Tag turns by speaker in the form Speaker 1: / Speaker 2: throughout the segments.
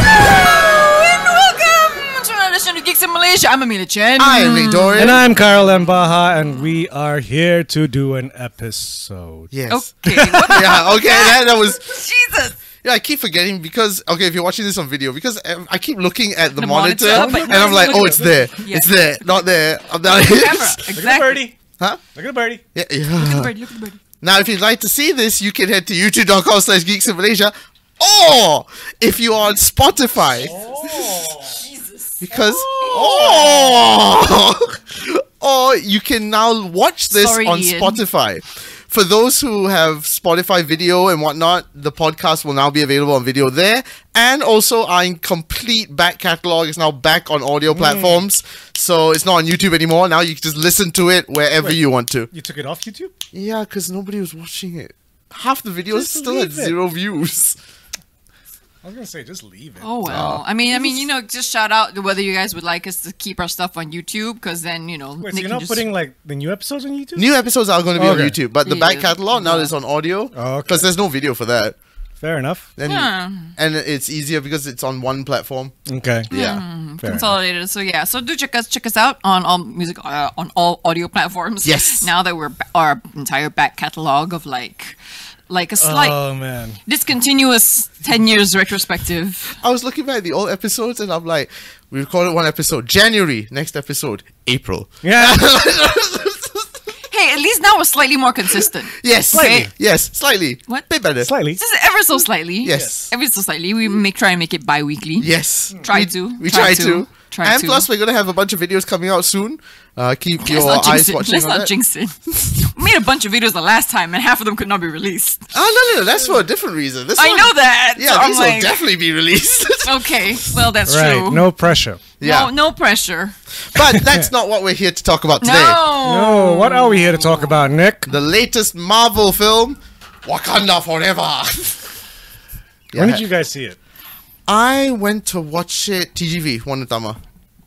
Speaker 1: And welcome to another edition of Geeks in Malaysia. I'm Amina Chen.
Speaker 2: Ah,
Speaker 3: Hi, Lee Dorian.
Speaker 2: And I'm Carl M. Baja, and we are here to do an episode.
Speaker 3: yes.
Speaker 1: Okay, what the
Speaker 3: Yeah. Okay. That, that was.
Speaker 1: Jesus?
Speaker 3: Yeah, I keep forgetting because okay, if you're watching this on video, because um, I keep looking at the,
Speaker 1: The monitor,
Speaker 3: monitor,
Speaker 1: but-
Speaker 3: and I'm like, oh, it's there,
Speaker 1: Yeah.
Speaker 3: it's there, not there. I'm down
Speaker 1: Camera.
Speaker 2: Look at the
Speaker 1: Exactly.
Speaker 2: birdie.
Speaker 3: Huh?
Speaker 2: Look at the birdie.
Speaker 3: Yeah, yeah.
Speaker 1: Look at the birdie.
Speaker 3: Now, if you'd like to see this, you can head to youtube.com slash geeks in Malaysia, or if you are on Spotify,
Speaker 1: Jesus.
Speaker 3: because oh, or you can now watch this
Speaker 1: Sorry,
Speaker 3: on
Speaker 1: Ian.
Speaker 3: Spotify. For those who have Spotify video and whatnot, the podcast will now be available on video there. And also, our complete back catalog is now back on audio platforms. So it's not on YouTube anymore. Now you can just listen to it wherever
Speaker 2: Wait.
Speaker 3: you want to.
Speaker 2: You took it off YouTube?
Speaker 3: Yeah, because nobody was watching it. Half the videos
Speaker 2: Just
Speaker 3: still had
Speaker 2: leave it.
Speaker 3: zero views.
Speaker 2: I was going to say, just leave it.
Speaker 1: Oh well.
Speaker 2: Ah.
Speaker 1: I mean, I mean, you know, just shout out whether you guys would like us to keep our stuff on YouTube, because then you know, Nick
Speaker 2: Wait, so you're
Speaker 1: can
Speaker 2: not
Speaker 1: just-
Speaker 2: putting like the new episodes on YouTube?
Speaker 3: New episodes are going to be on
Speaker 2: Okay.
Speaker 3: YouTube, but the back
Speaker 1: Yeah.
Speaker 3: catalog now is on audio
Speaker 2: Oh,
Speaker 3: because
Speaker 2: okay.
Speaker 3: there's no video for that.
Speaker 2: Fair enough.
Speaker 3: Then
Speaker 1: Yeah.
Speaker 3: and it's easier because it's on one platform.
Speaker 2: Okay.
Speaker 3: Yeah.
Speaker 2: Fair enough.
Speaker 1: consolidated. So yeah, so do check us check us out on all music uh, on all audio platforms.
Speaker 3: Yes.
Speaker 1: Now that we're ba- our entire back catalog of like like a slight
Speaker 2: Oh, man.
Speaker 1: discontinuous ten years retrospective.
Speaker 3: I was looking back at the old episodes and I'm like, we recorded one episode January, next episode April.
Speaker 2: Yeah.
Speaker 1: Hey, at least now we're slightly more consistent.
Speaker 3: Yes,
Speaker 1: Slightly.
Speaker 3: Yes, slightly.
Speaker 1: What?
Speaker 3: Bit better.
Speaker 2: Slightly.
Speaker 1: Just ever so slightly.
Speaker 3: Yes.
Speaker 1: Ever so slightly. We make try and make it bi-weekly.
Speaker 3: Yes.
Speaker 1: Try
Speaker 3: we,
Speaker 1: to.
Speaker 3: We
Speaker 1: Hmm. Try
Speaker 3: try,
Speaker 1: to.
Speaker 3: to.
Speaker 1: Try
Speaker 3: and
Speaker 1: to.
Speaker 3: plus, we're gonna have a bunch of videos coming out soon. Uh, keep
Speaker 1: Let's
Speaker 3: your
Speaker 1: not
Speaker 3: eyes
Speaker 1: jinx it.
Speaker 3: watching
Speaker 1: Let's
Speaker 3: on
Speaker 1: not
Speaker 3: that.
Speaker 1: jinx it. We made a bunch of videos the last time, and half of them could not be released.
Speaker 3: Oh no, no, no, that's for a different reason. This
Speaker 1: I
Speaker 3: one-
Speaker 1: know that.
Speaker 3: Yeah,
Speaker 1: so I'm
Speaker 3: these will
Speaker 1: like,
Speaker 3: definitely be released.
Speaker 1: okay. Well, that's
Speaker 2: right.
Speaker 1: true.
Speaker 2: No pressure.
Speaker 3: yeah,
Speaker 1: no, no pressure.
Speaker 3: but that's not what we're here to talk about today.
Speaker 1: No.
Speaker 2: No. What are we here to talk about, Nick?
Speaker 3: The latest Marvel film, Wakanda Forever.
Speaker 2: When
Speaker 3: Yeah.
Speaker 2: did you guys see it?
Speaker 3: I went to watch it TGV Wanatama.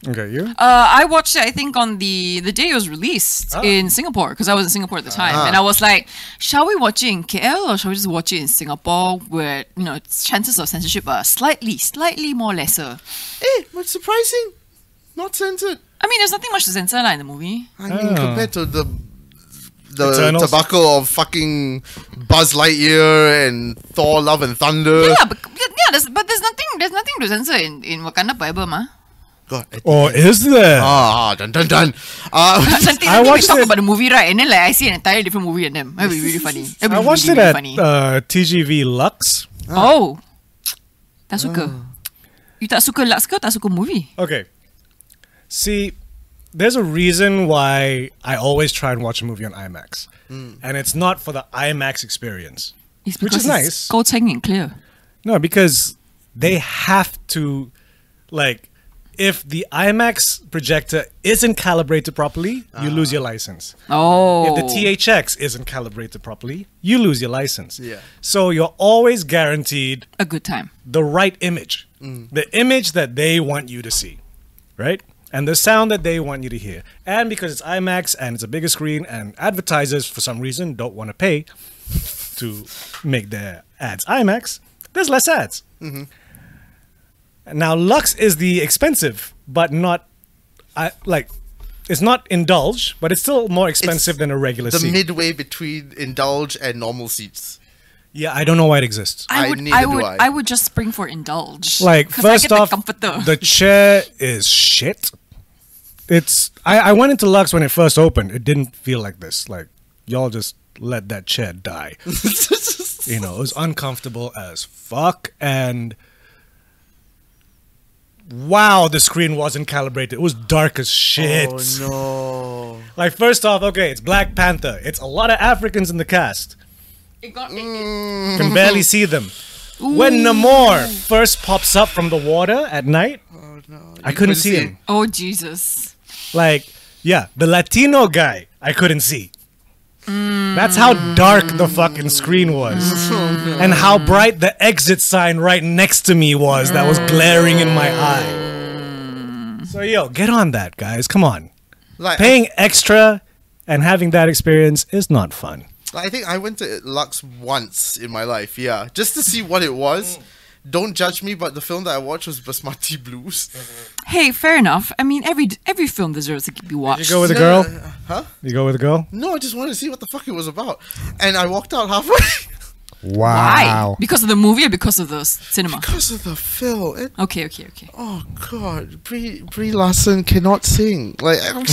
Speaker 2: Okay, you?
Speaker 1: Uh, I watched it. I think on the the day it was released
Speaker 2: Oh.
Speaker 1: in Singapore because I was in Singapore at the time,
Speaker 2: Ah.
Speaker 1: and I was like, "Shall we watch it in KL or shall we just watch it in Singapore, where you know chances of censorship are slightly, slightly more lesser?"
Speaker 3: Eh, what's surprising? Not censored.
Speaker 1: I mean, there's nothing much to censor lah in the movie.
Speaker 3: I mean,
Speaker 2: Oh.
Speaker 3: compared to the the
Speaker 2: Eternals.
Speaker 3: tobacco of fucking Buzz Lightyear and Thor: Love and
Speaker 2: Uh.
Speaker 3: Thunder.
Speaker 1: yeah, but yeah, there's, but there's nothing, there's nothing to censor in, in Wakanda Forever, ma.
Speaker 3: God. it-
Speaker 2: Or is there?
Speaker 3: Ah, ah, dun dun dun. Uh,
Speaker 1: Something, I
Speaker 2: I
Speaker 1: watched we
Speaker 2: watched
Speaker 1: talk
Speaker 2: it-
Speaker 1: about the movie right, and then like I see an entirely different movie in them. That'd be really funny. That'd be
Speaker 2: I watched
Speaker 1: really,
Speaker 2: it at
Speaker 1: really funny.
Speaker 2: uh, TGV Lux.
Speaker 1: oh, tak suka.
Speaker 2: Ah.
Speaker 1: You tak suka Lux ke tak suka movie?
Speaker 2: Okay. See, there's a reason why I always try and watch a movie on IMAX. And it's not for the IMAX experience.
Speaker 1: It's
Speaker 2: Which
Speaker 1: because it's
Speaker 2: is nice.
Speaker 1: gold hanging clear.
Speaker 2: No, because they have to, like, if the IMAX projector isn't calibrated properly, you lose your license.
Speaker 1: Oh.
Speaker 2: If the THX isn't calibrated properly, you lose your license.
Speaker 3: Yeah.
Speaker 2: So you're always guaranteed
Speaker 1: A good time.
Speaker 2: the right image, the image that they want you to see, right? And the sound that they want you to hear. And because it's IMAX and it's a bigger screen, and advertisers, for some reason, don't want to pay to make their ads IMAX, there's less ads. Now, Lux is the expensive, but not I, like. It's not indulge, but it's still more expensive than a regular
Speaker 3: the
Speaker 2: seat.
Speaker 3: midway between indulge and normal seats.
Speaker 2: yeah, I don't know why it exists.
Speaker 1: I
Speaker 3: I-
Speaker 1: would,
Speaker 3: neither
Speaker 1: I
Speaker 3: do
Speaker 1: would,
Speaker 3: I.
Speaker 1: I would just spring for indulge.
Speaker 2: Like
Speaker 1: 'Cause I
Speaker 2: first
Speaker 1: get the
Speaker 2: off,
Speaker 1: comforter.
Speaker 2: the chair is shit. It's I, I went into Lux when it first opened. It didn't feel like this. Like y'all just let that chair die. you know, it was uncomfortable as fuck and wow, the screen wasn't calibrated. It was dark as shit.
Speaker 3: no!
Speaker 2: Like first off, okay, it's Black Panther. It's a lot of Africans in the cast.
Speaker 1: It got- it- it-
Speaker 2: Can barely see them. When Namor first pops up from the water at night, I Oh, couldn't see
Speaker 3: see
Speaker 2: him.
Speaker 1: oh Jesus!
Speaker 2: Like, yeah, the Latino guy, I couldn't see. That's how dark the fucking screen was. And how bright the exit sign right next to me was that was glaring in my eye. So, yo, get on that, guys. Come on.
Speaker 3: Like,
Speaker 2: Paying extra and having that experience is not fun.
Speaker 3: I think I went to Lux once in my life, yeah, just to see what it was. Don't judge me, but the film that I watched was Basmati Blues.
Speaker 1: Hey, fair enough. I mean, every every film deserves to be watched.
Speaker 2: You go with a
Speaker 3: No,
Speaker 2: girl?
Speaker 3: no, no, Huh?
Speaker 2: You go with a girl?
Speaker 3: No, I just wanted to see what the fuck it was about, and I walked out halfway
Speaker 1: Why?
Speaker 4: Wow.
Speaker 1: Because of the movie or because of the s- cinema?
Speaker 3: because of the film. It-
Speaker 1: Okay, okay, okay.
Speaker 3: oh God, Brie Brie Larson cannot sing. Like, I'm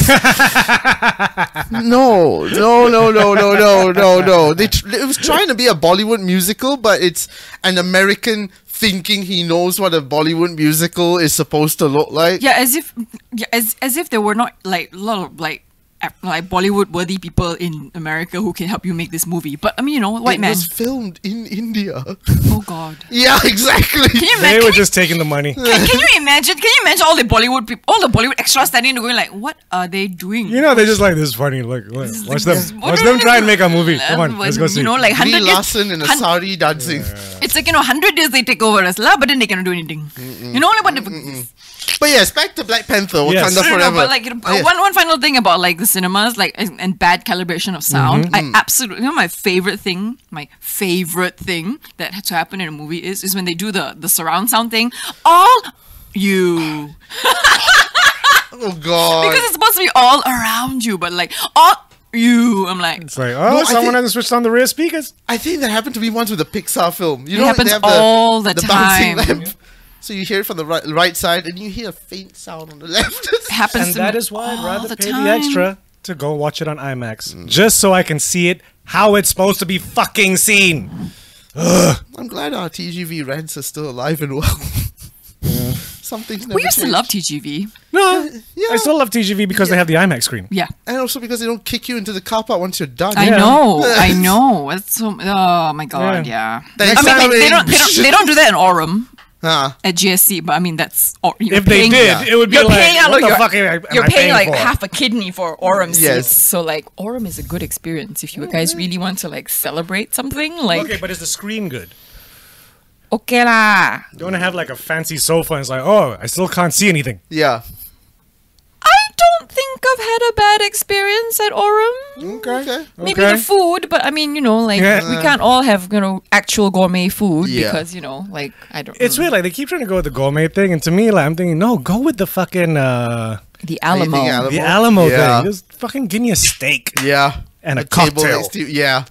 Speaker 3: no, no, no, no, no, no, no, no. They tr- it was trying to be a Bollywood musical, but it's an American thinking he knows what a Bollywood musical is supposed to look like.
Speaker 1: Yeah, as if yeah, as as if there were not like a lot of like ap- like Bollywood worthy people in America who can help you make this movie. But I mean, you know, white
Speaker 3: it
Speaker 1: man.
Speaker 3: was filmed in India.
Speaker 1: Oh God.
Speaker 3: yeah, exactly.
Speaker 1: Can you
Speaker 2: They
Speaker 1: imagine?
Speaker 2: were just taking the money.
Speaker 1: Can, can you imagine? Can you imagine all the Bollywood people, all the Bollywood extras standing there going like, "What are they doing?"
Speaker 2: You know, they're just like, this is funny. Look, look
Speaker 1: This is
Speaker 2: watch
Speaker 1: like-
Speaker 2: them.
Speaker 1: what
Speaker 2: Watch
Speaker 1: are
Speaker 2: them
Speaker 1: they
Speaker 2: try and
Speaker 1: doing?
Speaker 2: make a movie. Come
Speaker 1: Uh,
Speaker 2: on, let's go see.
Speaker 1: You know, like
Speaker 3: Brie
Speaker 1: hundred years.
Speaker 3: Larson in a
Speaker 1: hun-
Speaker 3: sari dancing.
Speaker 1: it's like you know, hundred years they take over us, lah, but then they cannot do anything. You know, like what the
Speaker 3: But yes, back to Black Panther,
Speaker 2: Yes.
Speaker 3: Wakanda
Speaker 2: No,
Speaker 1: No,
Speaker 3: Forever.
Speaker 1: no, but like you know,
Speaker 3: Yes.
Speaker 1: one one final thing about like the cinemas, like and, and bad calibration of sound.
Speaker 3: Mm-hmm.
Speaker 1: I absolutely you know my favorite thing, my favorite thing that had to happen in a movie is is when they do the the surround sound thing. All you
Speaker 3: Oh God.
Speaker 1: because it's supposed to be all around you, but like all you. I'm like
Speaker 2: It's like, oh,
Speaker 3: No, I
Speaker 2: someone
Speaker 3: think-
Speaker 2: hasn't switched on the rear speakers.
Speaker 3: I think that happened to me once with a Pixar film. You know,
Speaker 1: happens
Speaker 3: they have
Speaker 1: all the
Speaker 3: bouncing
Speaker 1: time.
Speaker 3: lamp. So you hear it from the right, right side, and you hear a faint sound on the left.
Speaker 1: it happens.
Speaker 2: and
Speaker 1: to
Speaker 2: that
Speaker 1: me
Speaker 2: is why I'd
Speaker 1: all
Speaker 2: rather
Speaker 1: the
Speaker 2: pay
Speaker 1: time.
Speaker 2: the extra to go watch it on IMAX, just so I can see it how it's supposed to be fucking seen.
Speaker 3: I'm glad our TGV rants are still alive and well. Something's never
Speaker 1: We used to
Speaker 3: changed.
Speaker 1: love TGV.
Speaker 2: No,
Speaker 3: yeah.
Speaker 2: I still love TGV because they have the IMAX screen.
Speaker 1: Uh, Yeah.
Speaker 3: and also because they don't kick you into the car park once you're done.
Speaker 1: I
Speaker 2: Yeah.
Speaker 1: know, I know. That's so, oh my god, yeah.
Speaker 2: Yeah.
Speaker 3: Next
Speaker 1: I mean,
Speaker 3: time
Speaker 1: they,
Speaker 3: we-
Speaker 1: they don't, they don't, they don't do that in Aurum
Speaker 3: Ah.
Speaker 1: at GSC, but I mean, that's or, you're
Speaker 2: If they
Speaker 1: paying-
Speaker 2: did, Yeah. it would be
Speaker 1: you're
Speaker 2: like,
Speaker 1: paying out
Speaker 2: what
Speaker 1: like
Speaker 2: the
Speaker 1: your-
Speaker 2: fuck am I- am
Speaker 1: you're
Speaker 2: I
Speaker 1: paying
Speaker 2: paying
Speaker 1: like
Speaker 2: for?
Speaker 1: half a kidney for Aurum
Speaker 3: Yes.
Speaker 1: seats. So like, Aurum is a good experience if you guys really want to like celebrate something. Like,
Speaker 2: Okay, but is the screen good?
Speaker 1: okay lah.
Speaker 2: You don't have like a fancy sofa and it's like, oh, I still can't see anything.
Speaker 3: Yeah.
Speaker 1: I don't think I've had a bad experience at Aurum.
Speaker 3: Okay. okay.
Speaker 1: Maybe
Speaker 2: Okay.
Speaker 1: the food, but I mean, you know, like
Speaker 2: Yeah.
Speaker 1: we can't all have you know actual gourmet food
Speaker 3: Yeah.
Speaker 1: because you know, like I don't.
Speaker 2: It's weird, like they keep trying to go with the gourmet thing, and to me, like I'm thinking, no, go with the fucking uh
Speaker 1: the Alamo.
Speaker 3: Anything Alamo?
Speaker 2: the Alamo
Speaker 3: Yeah.
Speaker 2: thing. Just fucking give me a steak.
Speaker 3: Yeah.
Speaker 2: And a
Speaker 3: table
Speaker 2: cocktail.
Speaker 3: next to you- Yeah.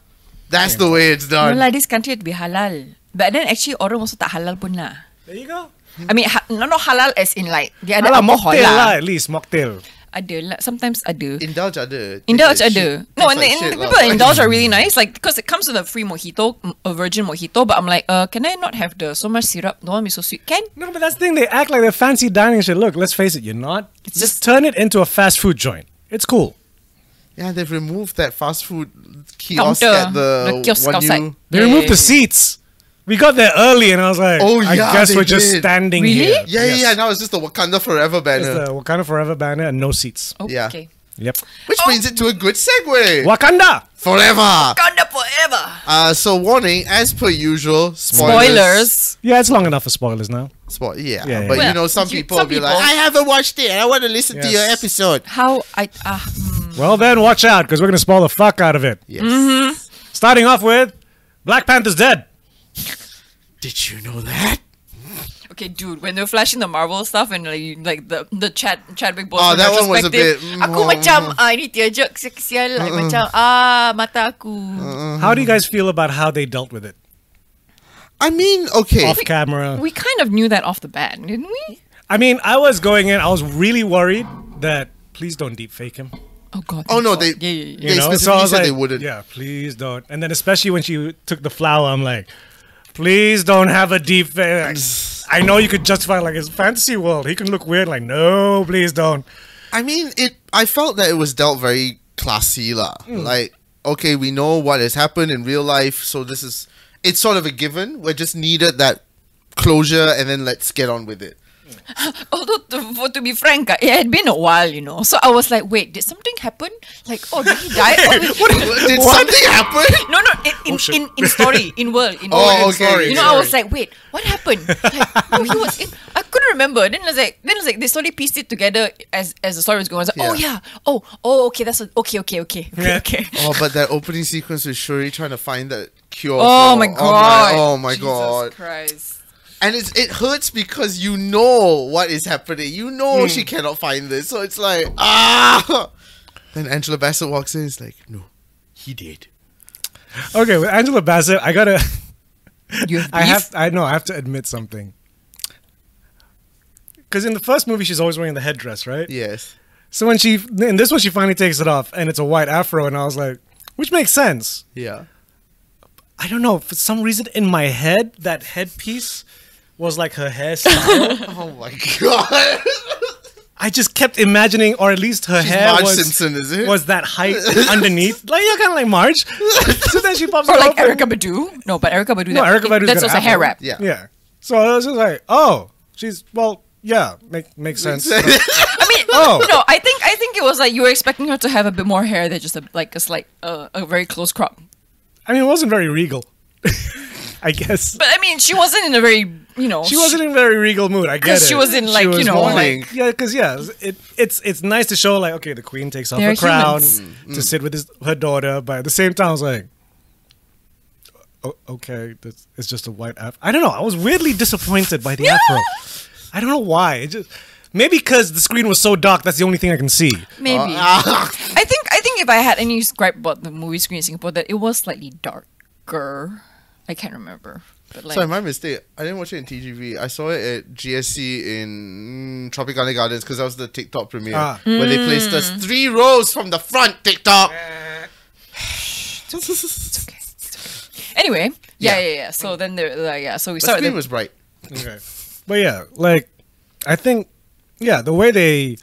Speaker 3: That's the way it's
Speaker 1: No
Speaker 3: done.
Speaker 1: lah, this country had to be halal. But then actually orang also tak halal pun lah.
Speaker 2: There you go.
Speaker 1: I mean, ha- no, no halal as in like, dia ada
Speaker 2: Ala
Speaker 1: alcohol
Speaker 2: mocktail lah,
Speaker 1: lah.
Speaker 2: at least mocktail.
Speaker 1: Ada lah, sometimes ada.
Speaker 3: Indulge ada.
Speaker 1: Indulge
Speaker 3: Taste like
Speaker 1: ada.
Speaker 3: shit.
Speaker 1: No,
Speaker 3: Taste
Speaker 1: and, the,
Speaker 3: like
Speaker 1: and
Speaker 3: shit
Speaker 1: the
Speaker 3: lah.
Speaker 1: people at Indulge are really nice. Like, because it comes with a free mojito, m- a virgin mojito. But I'm like, uh, can I not have the so much syrup? The one with so sweet. Can?
Speaker 2: No, but that's the thing. They act like they're fancy dining shit. Look, let's face it, you're not.
Speaker 1: It's just-
Speaker 2: just turn it into a fast food joint. It's cool.
Speaker 3: Yeah, they've removed that fast food kiosk
Speaker 1: Counter.
Speaker 3: at the,
Speaker 1: The kiosk
Speaker 3: one
Speaker 1: outside.
Speaker 3: you-
Speaker 2: They
Speaker 1: Yeah,
Speaker 2: removed
Speaker 1: yeah,
Speaker 2: the
Speaker 1: yeah.
Speaker 2: seats. We got there early, and I was like,
Speaker 3: Oh,
Speaker 2: I
Speaker 3: yeah,
Speaker 2: guess
Speaker 3: they
Speaker 2: we're just
Speaker 3: did.
Speaker 2: standing
Speaker 1: Really?
Speaker 2: here.
Speaker 3: Yeah, yeah, yeah. Now it's just the Wakanda Forever
Speaker 2: It's
Speaker 3: banner,
Speaker 2: the Wakanda Forever banner and no seats.
Speaker 1: Oh,
Speaker 3: Yeah.
Speaker 1: Okay.
Speaker 2: Yep.
Speaker 3: which brings it to a good segue.
Speaker 2: Wakanda.
Speaker 3: Forever.
Speaker 1: Wakanda forever.
Speaker 3: Uh, so warning, as per usual, spoilers.
Speaker 1: Spoilers.
Speaker 2: Yeah, it's long enough for spoilers now.
Speaker 3: Spoil- yeah.
Speaker 2: Yeah, yeah.
Speaker 3: but you
Speaker 1: Well,
Speaker 3: know, some
Speaker 1: you-
Speaker 3: people
Speaker 1: some
Speaker 3: will be like,
Speaker 1: people-
Speaker 3: I haven't watched it. I want to listen to
Speaker 2: Yes.
Speaker 3: your episode.
Speaker 1: How I ah mm,
Speaker 2: Well, then watch out because we're gonna spoil the fuck out of it.
Speaker 3: Yes.
Speaker 1: Mm-hmm.
Speaker 2: Starting off with Black Panther's dead.
Speaker 3: Did you know that?
Speaker 1: Okay, dude, when they were flashing the Marvel stuff and like, you- like the the Chad Chadwick Boseman
Speaker 3: Oh, that one was a
Speaker 1: retrospective,
Speaker 3: bit-
Speaker 1: Aku
Speaker 3: mm,
Speaker 1: macam ah ini tearjerk kesial like macam ah mata aku.
Speaker 3: Uh-huh.
Speaker 2: How do you guys feel about how they dealt with it
Speaker 3: I mean, okay.
Speaker 2: off camera?
Speaker 1: We kind of knew that off the bat, didn't we?
Speaker 2: I mean, I was going in. I was really worried that please don't deep fake him.
Speaker 1: Oh god.
Speaker 3: Oh, no,
Speaker 1: thank
Speaker 3: they-
Speaker 1: God. yeah, yeah, yeah.
Speaker 2: You
Speaker 3: They
Speaker 2: know?
Speaker 3: specifically
Speaker 2: I was
Speaker 3: said they wouldn't.
Speaker 2: Yeah, please don't. And then especially when she took the flower, I'm like, please don't have a deep face. I know you could justify like his fantasy world. He can look weird. Like, no, please don't.
Speaker 3: I mean, it. I felt that it was dealt very classy, lah. Like, okay, we know what has happened in real life, so this is it's sort of a given. We just needed that closure, and then let's get on with it.
Speaker 1: Although, to, for, to be frank, ah, it had been a while, you know. So I was like, wait, did something happen? Like, oh, did he die? Oh, wait,
Speaker 3: Did something happen?
Speaker 1: No, no, in, in, in, in story, in world, in
Speaker 3: Oh,
Speaker 1: world.
Speaker 3: okay, sorry,
Speaker 1: you know,
Speaker 3: sorry.
Speaker 1: I was like, wait, what happened? Like, no, he was in, I couldn't remember. Then I was like, then I was like, they slowly pieced it together as as the story was going. I was like,
Speaker 3: Yeah.
Speaker 1: oh yeah, oh oh okay, that's a, okay, okay, okay, okay,
Speaker 2: Yeah.
Speaker 1: okay.
Speaker 3: Oh, but that opening sequence with Shuri trying to find that cure.
Speaker 1: Oh
Speaker 3: for-
Speaker 1: my
Speaker 3: oh
Speaker 1: god!
Speaker 3: Oh my,
Speaker 1: Jesus
Speaker 3: god!
Speaker 1: Christ!
Speaker 3: And it's it hurts because you know what is happening. You know she cannot find this, so it's like ah. Then Angela Bassett walks in. It's like no, he did.
Speaker 2: Okay, with Angela Bassett, I gotta.
Speaker 1: You have
Speaker 2: I have. I know. I have to admit something. Because in the first movie, she's always wearing the headdress, right?
Speaker 3: Yes.
Speaker 2: So when she in this one, she finally takes it off, and it's a white afro, and I was like, which makes sense.
Speaker 3: Yeah.
Speaker 2: I don't know. For some reason, in my head, that headpiece was like her hairstyle.
Speaker 3: Oh my god.
Speaker 2: I just kept imagining, or at least her hair
Speaker 3: Marge
Speaker 2: was,
Speaker 3: Simpson, is it?
Speaker 2: was that height underneath. Like you're kind of like Marge. so then she pops
Speaker 1: or
Speaker 2: it
Speaker 1: like
Speaker 2: off and-
Speaker 1: Erica Badu? No, but Erica Badu.
Speaker 2: No,
Speaker 1: that-
Speaker 2: Erykah Badu's
Speaker 1: That's
Speaker 2: got
Speaker 1: also
Speaker 2: an
Speaker 1: hair
Speaker 2: afro.
Speaker 1: wrap.
Speaker 3: yeah.
Speaker 2: Yeah. So I was just like, oh, she's well, yeah, make, makes sense.
Speaker 1: I mean,
Speaker 2: Oh.
Speaker 1: no, I think I think it was like you were expecting her to have a bit more hair than just a, like a slight, uh, a very close crop.
Speaker 2: I mean, it wasn't very regal. I guess
Speaker 1: But I mean, she wasn't in a very, you know,
Speaker 2: she wasn't in a very regal mood. I get
Speaker 1: 'Cause
Speaker 2: it.
Speaker 1: she was in, like, you know,
Speaker 3: mourning.
Speaker 2: like- yeah, because yeah, it, it's it's nice to show like okay, the queen takes off
Speaker 1: They're
Speaker 2: her crown
Speaker 1: humans.
Speaker 2: to sit with his, her daughter, but at the same time, I was like. "O- Okay, this it's just a white afro. I don't know. I was weirdly disappointed by the afro. I don't know why. It just maybe because the screen was so dark. That's the only thing I can see.
Speaker 1: maybe. I think I think if I had any gripe about the movie screen in Singapore, that it was slightly darker. I can't remember, but like
Speaker 3: Sorry, my mistake. I didn't watch it in TGV. I saw it at GSC in mm, Tropicana Gardens because that was the TikTok premiere
Speaker 2: Ah.
Speaker 3: where they placed us three rows from the front. TikTok.
Speaker 1: it's okay. It's okay. Anyway, yeah,
Speaker 3: Yeah.
Speaker 1: yeah, yeah. So then there, like, yeah. So we
Speaker 3: The
Speaker 1: started.
Speaker 3: screen
Speaker 1: the-
Speaker 3: was bright.
Speaker 2: Okay. But yeah, like I think yeah, the way they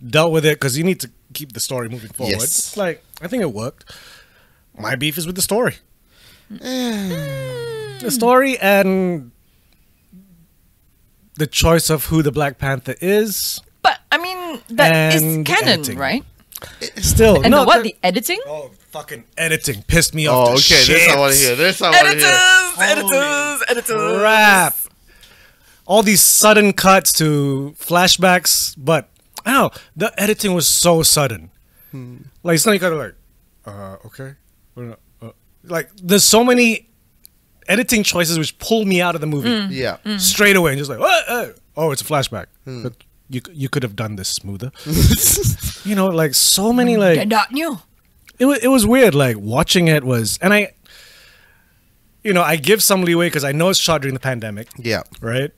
Speaker 2: dealt with it cuz you need to keep the story moving forward.
Speaker 3: Yes.
Speaker 2: Like I think it worked. My beef is with the story.
Speaker 3: Mm.
Speaker 2: the story and the choice of who the Black Panther is.
Speaker 1: but I mean, that is
Speaker 2: And the
Speaker 1: canon,
Speaker 2: editing.
Speaker 1: right?
Speaker 2: Still,
Speaker 1: And
Speaker 2: no,
Speaker 1: the, what
Speaker 2: the-
Speaker 1: the editing?
Speaker 2: oh fucking editing pissed me off.
Speaker 3: Oh,
Speaker 2: to
Speaker 3: okay. This I
Speaker 2: shit.
Speaker 3: want to hear. This I want to
Speaker 1: editors,
Speaker 3: hear.
Speaker 1: editors, editors.
Speaker 2: crap. All these sudden cuts to flashbacks, but I don't know. The editing was so sudden. Like, it's not kind of like, Hmm. uh, okay. We're not- uh, Like, there's so many editing choices which pull me out of the movie
Speaker 3: Yeah.
Speaker 2: straight away and just like, "Oh, oh, oh, it's a flashback. But you, c- you could have done this smoother. you know, like, so many, like
Speaker 1: They're not new.
Speaker 2: it was it was weird. Like watching it was, and I, you know, I give some leeway because I know it's shot during the pandemic,
Speaker 3: Yeah.
Speaker 2: right?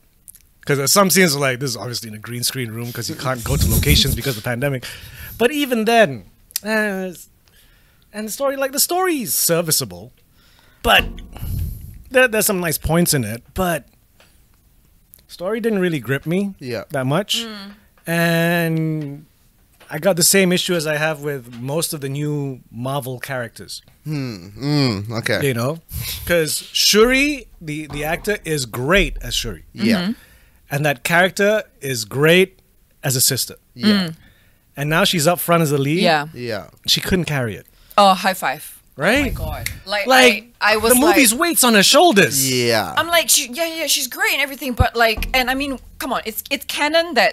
Speaker 2: Because some scenes are like this is obviously in a green screen room because you can't go to locations because of the pandemic. But even then, eh, it's- and the story like the story is serviceable, but there, there's some nice points in it. But story didn't really grip me
Speaker 3: Yeah.
Speaker 2: that much, and I got the same issue as I have with most of the new Marvel characters.
Speaker 3: Mm, okay.
Speaker 2: You know, because Shuri, the the actor, is great as Shuri,
Speaker 3: Yeah.
Speaker 2: and that character is great as a sister.
Speaker 3: Yeah.
Speaker 2: And now she's up front as a lead.
Speaker 1: Mm. Yeah.
Speaker 3: Yeah.
Speaker 2: she couldn't carry it.
Speaker 1: Oh, high five.
Speaker 2: Right?
Speaker 1: God. Like,
Speaker 2: Like
Speaker 1: I, I was
Speaker 2: the
Speaker 1: like,
Speaker 2: movie's weights on her shoulders.
Speaker 3: Yeah.
Speaker 1: I'm like, she, yeah, yeah, she's great and everything, but like, and I mean, come on, it's it's canon that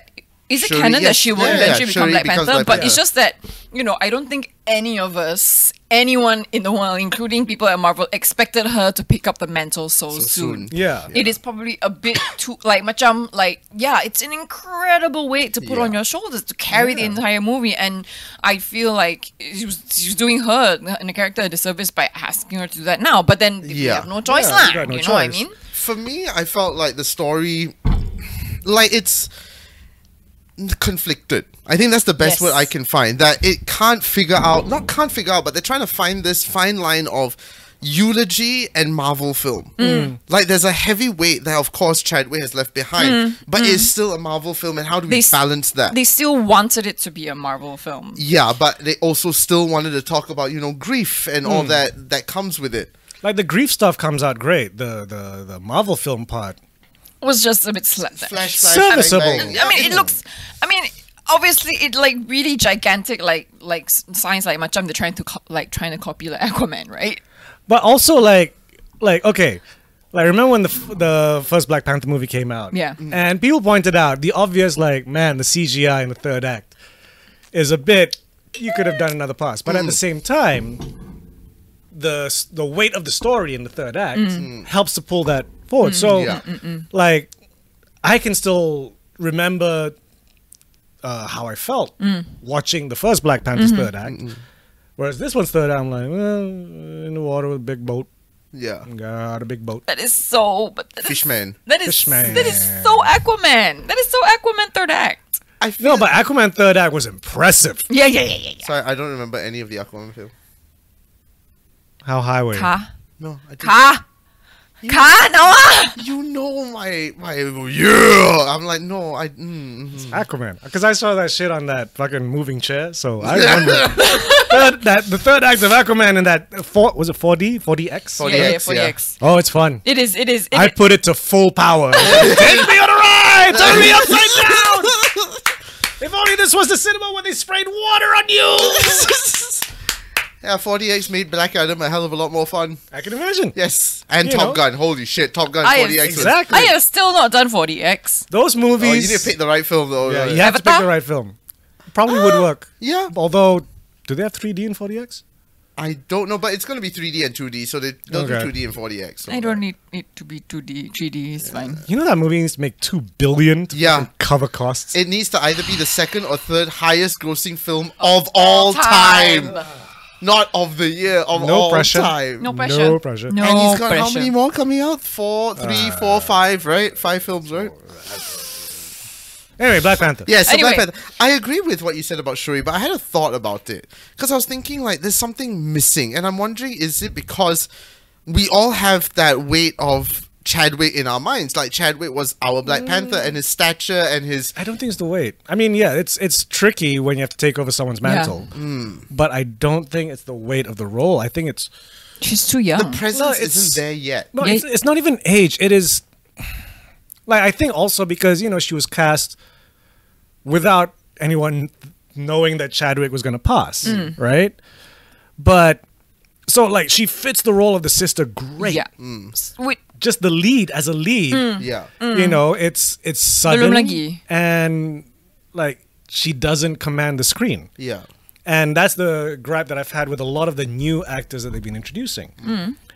Speaker 1: is it
Speaker 3: Shuri-
Speaker 1: canon
Speaker 3: yes,
Speaker 1: that she will
Speaker 3: yeah, yeah,
Speaker 1: eventually
Speaker 3: Shuri
Speaker 1: become Black
Speaker 3: becomes
Speaker 1: Panther,
Speaker 3: Black
Speaker 1: but
Speaker 3: Panther.
Speaker 1: it's just that you know, I don't think any of us, anyone in the world, including people at Marvel, expected her to pick up the mantle so,
Speaker 3: soon.
Speaker 1: soon.
Speaker 2: Yeah.
Speaker 1: It is probably a bit too like macam like yeah, it's an incredible weight to put
Speaker 3: Yeah.
Speaker 1: on your shoulders to carry the entire movie, and I feel like she was, she was doing her and the character a disservice by asking her to do that now. But then they
Speaker 3: Yeah.
Speaker 1: have no choice,
Speaker 2: Yeah,
Speaker 1: lah.
Speaker 2: you got no
Speaker 1: you know what I
Speaker 2: choice.
Speaker 1: mean?
Speaker 3: For me, I felt like the story, like it's conflicted. I think that's the best
Speaker 1: Yes.
Speaker 3: word I can find. That it can't figure out, not can't figure out, but they're trying to find this fine line of eulogy and Marvel film.
Speaker 1: Mm.
Speaker 3: Like there's a heavy weight that, of course, Chadwick has left behind, but it's still a Marvel film. And how do we
Speaker 1: Mm. They s-
Speaker 3: balance that?
Speaker 1: they still wanted it to be a Marvel film.
Speaker 3: yeah, but they also still wanted to talk about you know grief and
Speaker 2: Mm.
Speaker 3: all that that comes with it.
Speaker 2: Like the grief stuff comes out great. The the the Marvel film part
Speaker 1: was just a bit slapped. there.
Speaker 3: Flash, flash,
Speaker 2: Serviceable.
Speaker 3: bang, bang.
Speaker 1: I mean, it looks. I mean, obviously, it like really gigantic, like like s- signs like Macam. They're trying to co- like trying to copy like Aquaman, right?
Speaker 2: But also like like okay. Like remember when the f- the first Black Panther movie came out?
Speaker 1: Yeah. Mm.
Speaker 2: And people pointed out the obvious like man the CGI in the third act is a bit you could have done another pass. But at the same time the s- the weight of the story in the third act helps to pull that forward. So
Speaker 3: Yeah.
Speaker 2: like I can still remember uh, how I felt watching the first Black Panther's third act. Whereas this one's third act, I'm like, well, in the water with a big boat.
Speaker 3: Yeah.
Speaker 2: Got a big boat.
Speaker 1: That is so. But that is-
Speaker 3: Fishman.
Speaker 1: That is
Speaker 2: Fishman.
Speaker 1: that is so Aquaman. That is so Aquaman third act.
Speaker 3: I feel
Speaker 2: No, but Aquaman third act was impressive.
Speaker 1: Yeah, yeah, yeah, yeah. yeah.
Speaker 3: Sorry, I don't remember any of the Aquaman film.
Speaker 2: How highway.
Speaker 1: Ka,
Speaker 3: No, I didn't.
Speaker 1: ka, ka, Noah.
Speaker 3: You know my my yeah. I'm like no, I. Mm, mhm.
Speaker 2: Aquaman, because I saw that shit on that fucking moving chair, so I remember third, that the third act of Aquaman in that four was it 4D, 4DX?
Speaker 1: Yeah, yeah,
Speaker 3: 4DX,
Speaker 1: for
Speaker 3: yeah.
Speaker 1: X.
Speaker 2: Oh, it's fun.
Speaker 1: It is. It is. It
Speaker 2: I
Speaker 1: is.
Speaker 2: put it to full power. Take me on a ride. Turn me upside down. If only this was the cinema where they sprayed water on you.
Speaker 3: Yeah, 40X made Black Adam a hell of a lot more fun.
Speaker 2: I can imagine.
Speaker 3: Yes, and
Speaker 2: You
Speaker 3: Top
Speaker 2: know.
Speaker 3: Gun. Holy shit, Top Gun
Speaker 1: I am-
Speaker 3: 40X. was-
Speaker 2: Exactly.
Speaker 1: I have still not done 40x.
Speaker 2: Those movies.
Speaker 3: Oh, you need to pick the right film though.
Speaker 2: yeah,
Speaker 3: right?
Speaker 2: you have to pick
Speaker 1: Avatar?
Speaker 2: the right film. Probably would work.
Speaker 3: Yeah.
Speaker 2: Although, do they have 3D and 4DX?
Speaker 3: I don't know, but it's gonna be 3D and 2D, so they they'll
Speaker 2: Okay.
Speaker 3: do 2D and 40X. so-
Speaker 1: I don't need it to be 2D, 3D. It's fine.
Speaker 2: You know that movie needs to make two billion to
Speaker 3: Yeah.
Speaker 2: fucking cover costs.
Speaker 3: It needs to either be the second or third highest grossing film of all time, not of the year of
Speaker 2: No
Speaker 3: all
Speaker 2: pressure.
Speaker 3: time.
Speaker 1: No
Speaker 2: No
Speaker 1: pressure.
Speaker 2: pressure.
Speaker 1: No
Speaker 3: And he's got
Speaker 1: pressure.
Speaker 3: how many more coming out?
Speaker 2: Uh,
Speaker 3: Four, three, four, five, right? Five films, right?
Speaker 2: anyway, Black Panther.
Speaker 3: Yeah, so
Speaker 1: Anyway.
Speaker 3: Black Panther. I agree with what you said about Shuri, but I had a thought about it because I was thinking like there's something missing, and I'm wondering is it because we all have that weight of Chadwick in our minds? Like Chadwick was our Black Panther,
Speaker 1: Mm.
Speaker 3: and his stature and his
Speaker 2: I don't think it's the weight. I mean, yeah, it's it's tricky when you have to take over someone's mantle. But I don't think it's the weight of the role. I think it's
Speaker 1: She's too young.
Speaker 2: No,
Speaker 3: presence
Speaker 2: it's-
Speaker 3: isn't there yet.
Speaker 2: No,
Speaker 1: Yeah.
Speaker 2: it's, it's not even age. It is like I think also because you know she was cast without anyone knowing that Chadwick was going to pass,
Speaker 1: Mm.
Speaker 2: right? But so like she fits the role of the sister great.
Speaker 1: Yeah. Mm. Wait,
Speaker 2: Just the lead as a lead,
Speaker 3: Yeah.
Speaker 2: you know, it's it's sudden
Speaker 1: lagi.
Speaker 2: and like she doesn't command the screen.
Speaker 3: Yeah.
Speaker 2: And that's the gripe that I've had with a lot of the new actors that they've been introducing.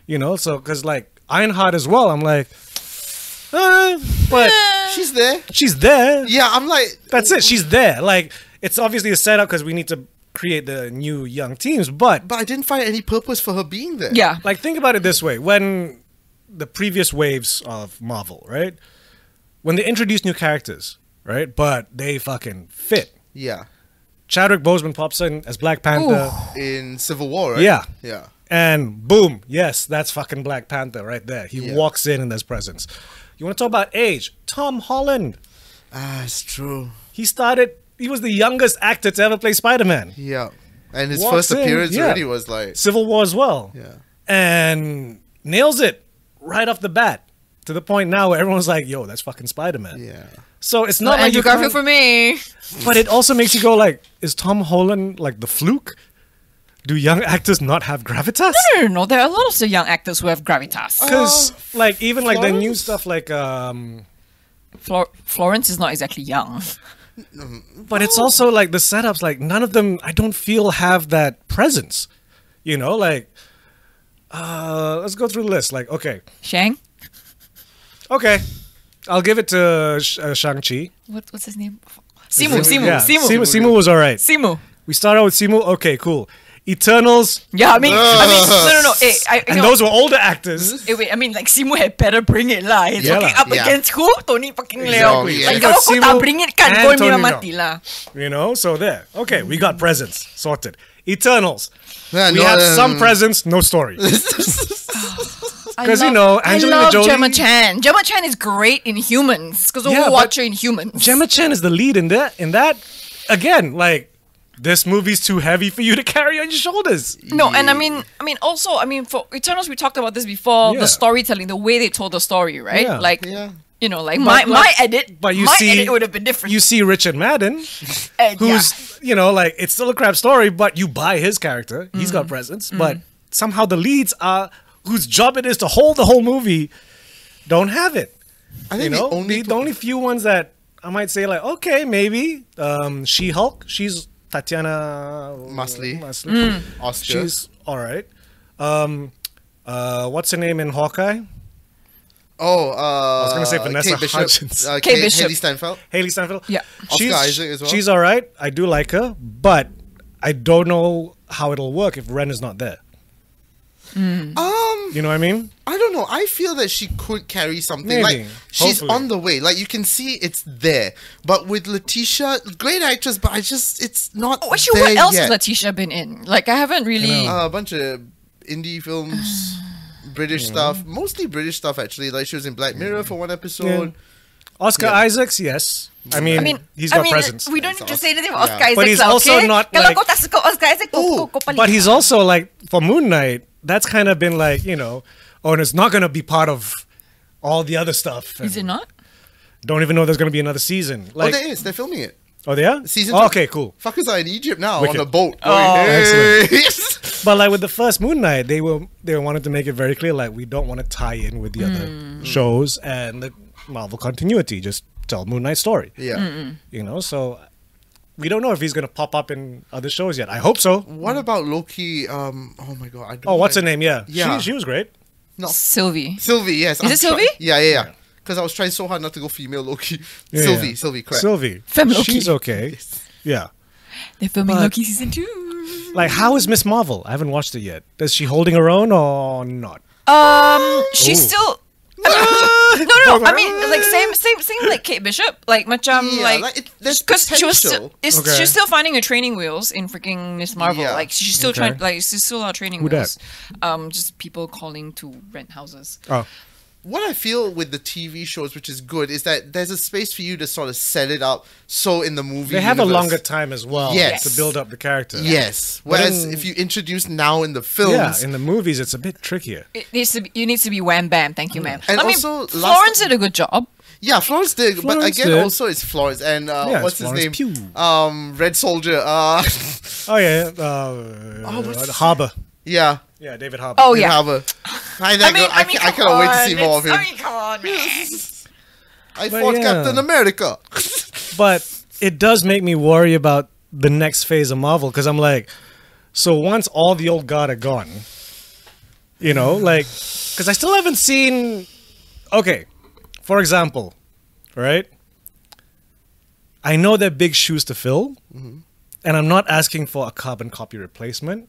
Speaker 2: You know, so because like Ironheart as well, I'm like, uh, but
Speaker 3: She's there.
Speaker 2: she's there.
Speaker 3: Yeah, I'm like
Speaker 2: That's it. She's there. Like it's obviously a setup because we need to create the new young teams. But
Speaker 3: but I didn't find any purpose for her being there.
Speaker 1: yeah.
Speaker 2: like think about it this way: when the previous waves of Marvel, right, when they introduce new characters, right, but they fucking fit.
Speaker 3: Yeah.
Speaker 2: Chadwick Boseman pops in as Black Panther.
Speaker 3: In Civil War, right?
Speaker 2: Yeah.
Speaker 3: Yeah.
Speaker 2: And boom, yes, that's fucking Black Panther right there. He
Speaker 3: Yeah.
Speaker 2: walks in in this presence. You want to talk about age? Tom Holland.
Speaker 3: Ah, it's true.
Speaker 2: He started. He was the youngest actor to ever play Spider Man.
Speaker 3: Yeah. And his
Speaker 2: Walks
Speaker 3: first
Speaker 2: in,
Speaker 3: appearance
Speaker 2: yeah.
Speaker 3: already was like
Speaker 2: Civil War as well.
Speaker 3: Yeah.
Speaker 2: And nails it right off the bat to the point now where everyone's like, "Yo, that's fucking Spider Man."
Speaker 3: Yeah.
Speaker 2: So it's
Speaker 1: Not
Speaker 2: not like
Speaker 1: Andrew
Speaker 2: you
Speaker 1: Garfield
Speaker 2: can't,
Speaker 1: for me.
Speaker 2: but it also makes you go like, "Is Tom Holland like the fluke? Do young actors not have gravitas?"
Speaker 1: No, no, no. There are a lot of the young actors who have gravitas.
Speaker 2: Because like even like the new
Speaker 3: Florence?
Speaker 2: stuff like um
Speaker 1: Flor- Florence is not exactly young.
Speaker 2: But it's also like the setups, like none of them I don't feel have that presence. You know, like uh let's go through the list. Like, okay.
Speaker 1: Shang?
Speaker 2: Okay. I'll give it to Sh- uh, Shang-Chi.
Speaker 1: What, what's his name? Simu, Simu,
Speaker 2: Yeah.
Speaker 1: Simu.
Speaker 2: Simu,
Speaker 1: Simu.
Speaker 2: Simu was all right. We start out with Simu. Okay, cool. Eternals.
Speaker 1: Yeah, I mean, I mean, no, no, no. eh, I, you
Speaker 2: And
Speaker 1: know,
Speaker 2: those were older actors.
Speaker 1: eh, wait, I mean, like Simu had better bring it lah. It's
Speaker 2: Yeah
Speaker 1: fucking
Speaker 2: lah.
Speaker 1: up
Speaker 3: Yeah.
Speaker 1: against who? Tony fucking Leo.
Speaker 3: Exactly.
Speaker 1: Like kalau
Speaker 3: You
Speaker 2: got
Speaker 1: kau tak
Speaker 2: Simu
Speaker 1: bring it kan,
Speaker 2: and
Speaker 1: kau memang
Speaker 2: Tony Leong.
Speaker 1: mati lah.
Speaker 2: You know, so there. Okay, we got presence. Sorted. Eternals.
Speaker 3: Yeah, no,
Speaker 2: we
Speaker 3: um,
Speaker 2: have
Speaker 3: no, no,
Speaker 2: some
Speaker 3: no.
Speaker 2: presence, no story.
Speaker 1: I
Speaker 2: 'Cause, you
Speaker 1: love-
Speaker 2: know, Angelina
Speaker 1: I love
Speaker 2: Jolie-
Speaker 1: Gemma Chan. Gemma Chan is great in humans because we'll
Speaker 2: Yeah,
Speaker 1: watch
Speaker 2: but-
Speaker 1: her in humans.
Speaker 2: Gemma Chan is the lead in that. In that, again, like this movie's too heavy for you to carry on your shoulders.
Speaker 1: No, and I mean, I mean, also, I mean, for Eternals, we talked about this before.
Speaker 2: Yeah.
Speaker 1: The storytelling, the way they told the story, right?
Speaker 2: Yeah.
Speaker 1: Like,
Speaker 3: Yeah.
Speaker 1: You know, like my, my edit,
Speaker 2: But you
Speaker 1: my
Speaker 2: see,
Speaker 1: edit would have been different.
Speaker 2: You see Richard Madden,
Speaker 1: Uh, yeah.
Speaker 2: who's you know like it's still a crap story, but you buy his character. He's
Speaker 1: Mm.
Speaker 2: got presence, but somehow the leads are whose job it is to hold the whole movie don't have it.
Speaker 3: I
Speaker 2: you
Speaker 3: think
Speaker 2: know,
Speaker 3: the only
Speaker 2: the only few ones that I might say like okay maybe um, She Hulk. She's Tatiana
Speaker 3: Maslany.
Speaker 2: Maslany.
Speaker 1: Mm.
Speaker 3: Oscar.
Speaker 2: She's all right. Um, uh, what's her name in Hawkeye?
Speaker 3: oh, uh, I
Speaker 2: was gonna say Vanessa
Speaker 3: Kate Bishop,
Speaker 2: Hudgens.
Speaker 3: uh,
Speaker 1: Kate
Speaker 3: Kate
Speaker 1: Bishop.
Speaker 3: Haley Steinfeld.
Speaker 2: Haley Steinfeld.
Speaker 1: Yeah.
Speaker 3: Oscar Isaac as well.
Speaker 2: She's all right. I do like her, but I don't know how it'll work if Ren is not there.
Speaker 3: Um,
Speaker 2: You know what I mean?
Speaker 3: I don't know. I feel that she could carry something.
Speaker 2: Maybe.
Speaker 3: Like she's
Speaker 2: Hopefully.
Speaker 3: on the way. Like you can see it's there. But with Letitia, great actress, but I just it's not.
Speaker 1: Oh, actually,
Speaker 3: there
Speaker 1: what else
Speaker 3: yet.
Speaker 1: has Letitia been in? Like, I haven't really.
Speaker 3: Uh, a bunch of indie films, British stuff, mostly British stuff actually. Like she was in Black Mirror for one episode.
Speaker 2: Oscar
Speaker 3: Yeah.
Speaker 2: Isaacs, yes. I mean,
Speaker 1: I mean,
Speaker 2: he's
Speaker 1: I
Speaker 2: got
Speaker 1: mean,
Speaker 2: presence.
Speaker 1: We don't
Speaker 3: It's
Speaker 1: need to
Speaker 3: Os-
Speaker 1: say anything
Speaker 3: yeah.
Speaker 1: about Oscar Isaac.
Speaker 2: But he's
Speaker 1: lah,
Speaker 2: also
Speaker 1: okay?
Speaker 2: not
Speaker 1: Kalau
Speaker 2: like-
Speaker 1: kau tak suka Oscar Isaac, kau-
Speaker 3: Oh,
Speaker 1: kau- kau paling-
Speaker 2: But he's also like for Moon Knight. That's kind of been like you know, oh, and it's not going to be part of all the other stuff.
Speaker 1: Is it
Speaker 2: and
Speaker 1: not?
Speaker 2: Don't even know there's going to be another season. Like,
Speaker 3: oh, there is. They're filming it.
Speaker 2: oh, they are
Speaker 3: Season.
Speaker 2: Oh,
Speaker 3: two.
Speaker 2: okay, cool.
Speaker 3: Fuckers are in Egypt now
Speaker 2: Wicked.
Speaker 3: on a boat.
Speaker 1: Oh.
Speaker 3: Going, hey.
Speaker 2: But like with the first Moon Knight, they were they wanted to make it very clear like we don't want to tie in with the
Speaker 3: Hmm.
Speaker 2: other shows and the Marvel continuity. Just tell Moon Knight's story.
Speaker 3: yeah. Hmm.
Speaker 2: You know, so we don't know if he's gonna pop up in other shows yet. I hope so.
Speaker 3: What about Loki? Um. Oh my god. I don't
Speaker 2: Oh, what's her
Speaker 3: like-
Speaker 2: name? Yeah,
Speaker 3: Yeah.
Speaker 2: She, she was great.
Speaker 3: No.
Speaker 1: Sylvie.
Speaker 3: Sylvie. Yes.
Speaker 1: Is it Sylvie?
Speaker 3: try- yeah. Yeah. Yeah. Because I was trying so hard not to go female Loki.
Speaker 2: Yeah,
Speaker 3: Sylvie.
Speaker 2: yeah.
Speaker 3: Sylvie. Correct.
Speaker 2: Sylvie.
Speaker 1: Femme Loki.
Speaker 2: She's okay. Yeah.
Speaker 1: They're filming
Speaker 2: But-
Speaker 1: Loki season two.
Speaker 2: Like, how is Miss Marvel? I haven't watched it yet. Is she holding her own or not?
Speaker 1: Um, she's
Speaker 2: Ooh.
Speaker 1: still. I mean, no, no, no. I mean, like same, same, same, like Kate Bishop, like macam,
Speaker 3: Yeah,
Speaker 1: like
Speaker 3: like, it- there's
Speaker 1: she was still,
Speaker 3: potential.
Speaker 1: it's,
Speaker 2: Okay.
Speaker 1: she's still finding her training wheels in freaking Miss Marvel.
Speaker 3: Yeah.
Speaker 1: Like she's still
Speaker 2: Okay.
Speaker 1: trying, like she's still out training
Speaker 2: Who dat?
Speaker 1: wheels. Um, just people calling to rent houses.
Speaker 2: Oh,
Speaker 3: what I feel with the TV shows, which is good, is that there's a space for you to sort of set it up so in the movie
Speaker 2: they have a
Speaker 3: universe-
Speaker 2: longer time as well
Speaker 3: Yes.
Speaker 2: to build up the character.
Speaker 3: Yes.
Speaker 2: But
Speaker 3: Whereas
Speaker 2: in-
Speaker 3: if you introduce now in the films,
Speaker 2: Yeah, in the movies, it's a bit trickier.
Speaker 1: It needs to be, it needs to be wham bam. Thank you, ma'am.
Speaker 3: And
Speaker 1: I mean,
Speaker 3: also, last-
Speaker 1: Florence did a good job.
Speaker 3: yeah, Florence did, but
Speaker 2: Florence
Speaker 3: again,
Speaker 2: did.
Speaker 3: also it's Florence and uh,
Speaker 2: Yeah, it's
Speaker 3: what's his
Speaker 2: Florence
Speaker 3: name? Um, Red Soldier. Uh,
Speaker 2: Oh yeah, uh,
Speaker 3: what's his
Speaker 2: Harbor.
Speaker 3: yeah.
Speaker 2: Yeah, David Harbor.
Speaker 1: Oh
Speaker 3: David
Speaker 1: yeah.
Speaker 3: Harbour. Hi, that
Speaker 1: I mean,
Speaker 3: girl. I,
Speaker 1: I mean,
Speaker 3: ca- I
Speaker 1: come
Speaker 3: cannot wait to see
Speaker 1: on,
Speaker 3: more of him.
Speaker 1: it's- I mean, come on, man.
Speaker 3: I
Speaker 2: But
Speaker 3: fought
Speaker 2: yeah.
Speaker 3: Captain America.
Speaker 2: But it does make me worry about the next phase of Marvel because I'm like, so once all the old guard are gone, you know, like, because I still haven't seen. Okay, for example, right? I know they're big shoes to fill, and I'm not asking for a carbon copy replacement,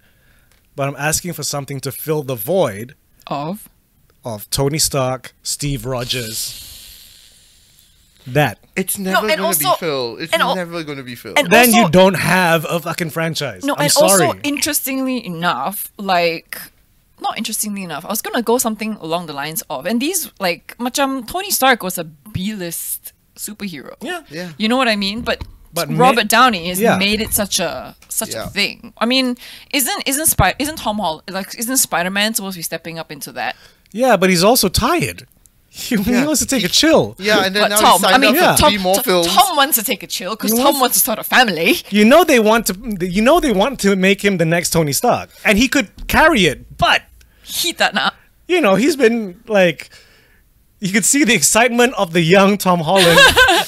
Speaker 2: but I'm asking for something to fill the void
Speaker 1: Of
Speaker 2: of Tony Stark, Steve Rogers. That.
Speaker 3: it's never
Speaker 1: and
Speaker 3: going to be
Speaker 1: also-
Speaker 3: Phil. It's
Speaker 1: and al-
Speaker 3: never going to be Phil.
Speaker 1: and-
Speaker 2: Then
Speaker 1: Also-
Speaker 2: you don't have a fucking franchise.
Speaker 1: No,
Speaker 2: I'm
Speaker 1: and
Speaker 2: sorry.
Speaker 1: also interestingly enough, like not interestingly enough, I was gonna go something along the lines of, and these like, macam Tony Stark was a B-list superhero.
Speaker 2: Yeah.
Speaker 3: Yeah.
Speaker 1: You know what I mean? But
Speaker 2: But
Speaker 1: but
Speaker 2: ma-
Speaker 1: Robert Downey has
Speaker 2: Yeah.
Speaker 1: made it such a such
Speaker 3: Yeah.
Speaker 1: a thing. I mean, isn't isn't Spider isn't Tom Holland like isn't Spider Man supposed to be stepping up into that?
Speaker 2: yeah, but he's also tired. He, he
Speaker 3: Yeah.
Speaker 2: wants to take a chill.
Speaker 3: yeah, and then
Speaker 1: But
Speaker 3: now
Speaker 1: Tom,
Speaker 3: he's signed
Speaker 1: I mean,
Speaker 3: up
Speaker 2: yeah.
Speaker 3: for
Speaker 1: Tom,
Speaker 3: three more
Speaker 1: Tom-
Speaker 3: films.
Speaker 1: Tom wants to take a chill because
Speaker 2: He
Speaker 1: Tom
Speaker 2: wants-
Speaker 1: wants to start a family.
Speaker 2: You know they want to. You know they want to make him the next Tony Stark, and he could carry it. But
Speaker 1: He that now.
Speaker 2: you know he's been like, you could see the excitement of the young Tom Holland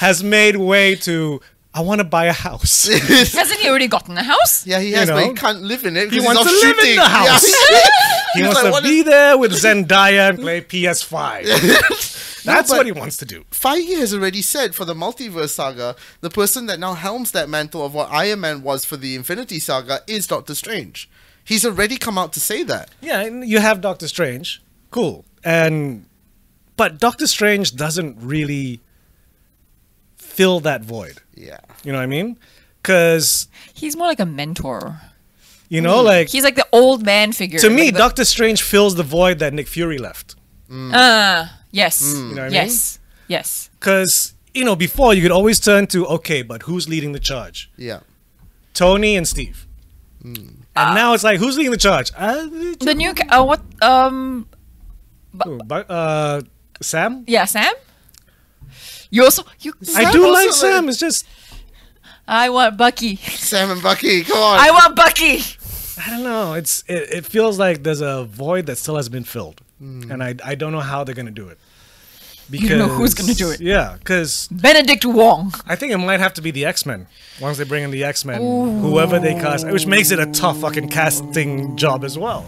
Speaker 2: has made way to. I want to buy a house.
Speaker 1: Hasn't he already gotten a house?
Speaker 3: Yeah, he has, but
Speaker 2: know?
Speaker 3: he can't live in it.
Speaker 2: He
Speaker 3: 'cause
Speaker 2: wants
Speaker 3: he's off
Speaker 2: to live in
Speaker 3: shooting.
Speaker 2: the house.
Speaker 3: Yeah.
Speaker 2: He
Speaker 3: He's
Speaker 2: wants
Speaker 3: like,
Speaker 2: to
Speaker 3: "What
Speaker 2: be there with Zendaya and play PS5. That's
Speaker 3: but-
Speaker 2: what he wants to do.
Speaker 3: Feige has already said for the multiverse saga, the person that now helms that mantle of what Iron Man was for the Infinity Saga is Doctor Strange. He's already come out to say that.
Speaker 2: Yeah, and you have Doctor Strange. Cool. And but Doctor Strange doesn't really fill that void.
Speaker 3: Yeah.
Speaker 2: You know what I mean? Cuz
Speaker 1: He's more like a mentor.
Speaker 2: you know like
Speaker 1: He's like the old man figure.
Speaker 2: to me
Speaker 1: like the-
Speaker 2: Doctor Strange fills the void that Nick Fury left.
Speaker 1: Uh, yes.
Speaker 2: Mm. know what I mean?
Speaker 1: yes. Yes.
Speaker 2: Cuz you know before you could always turn to okay, but who's leading the charge?
Speaker 3: Yeah.
Speaker 2: Tony and Steve.
Speaker 1: Ah.
Speaker 2: And now it's like who's leading the charge? Uh,
Speaker 1: The new ca- uh, what um
Speaker 2: but, uh Sam?
Speaker 1: yeah Sam You also you.
Speaker 2: I
Speaker 3: Sam
Speaker 2: do
Speaker 3: also
Speaker 2: like
Speaker 3: like-
Speaker 2: Sam. It's just
Speaker 1: I want Bucky.
Speaker 3: Sam and Bucky, come on.
Speaker 1: I want Bucky.
Speaker 2: I don't know. It's it, it feels like there's a void that still has been filled, and I I don't know how they're gonna do it. Because,
Speaker 1: don't know who's gonna do it.
Speaker 2: Yeah, because
Speaker 1: Benedict Wong.
Speaker 2: I think it might have to be the X Men. Once they bring in the X Men, whoever they cast, which makes it a tough fucking casting job as well.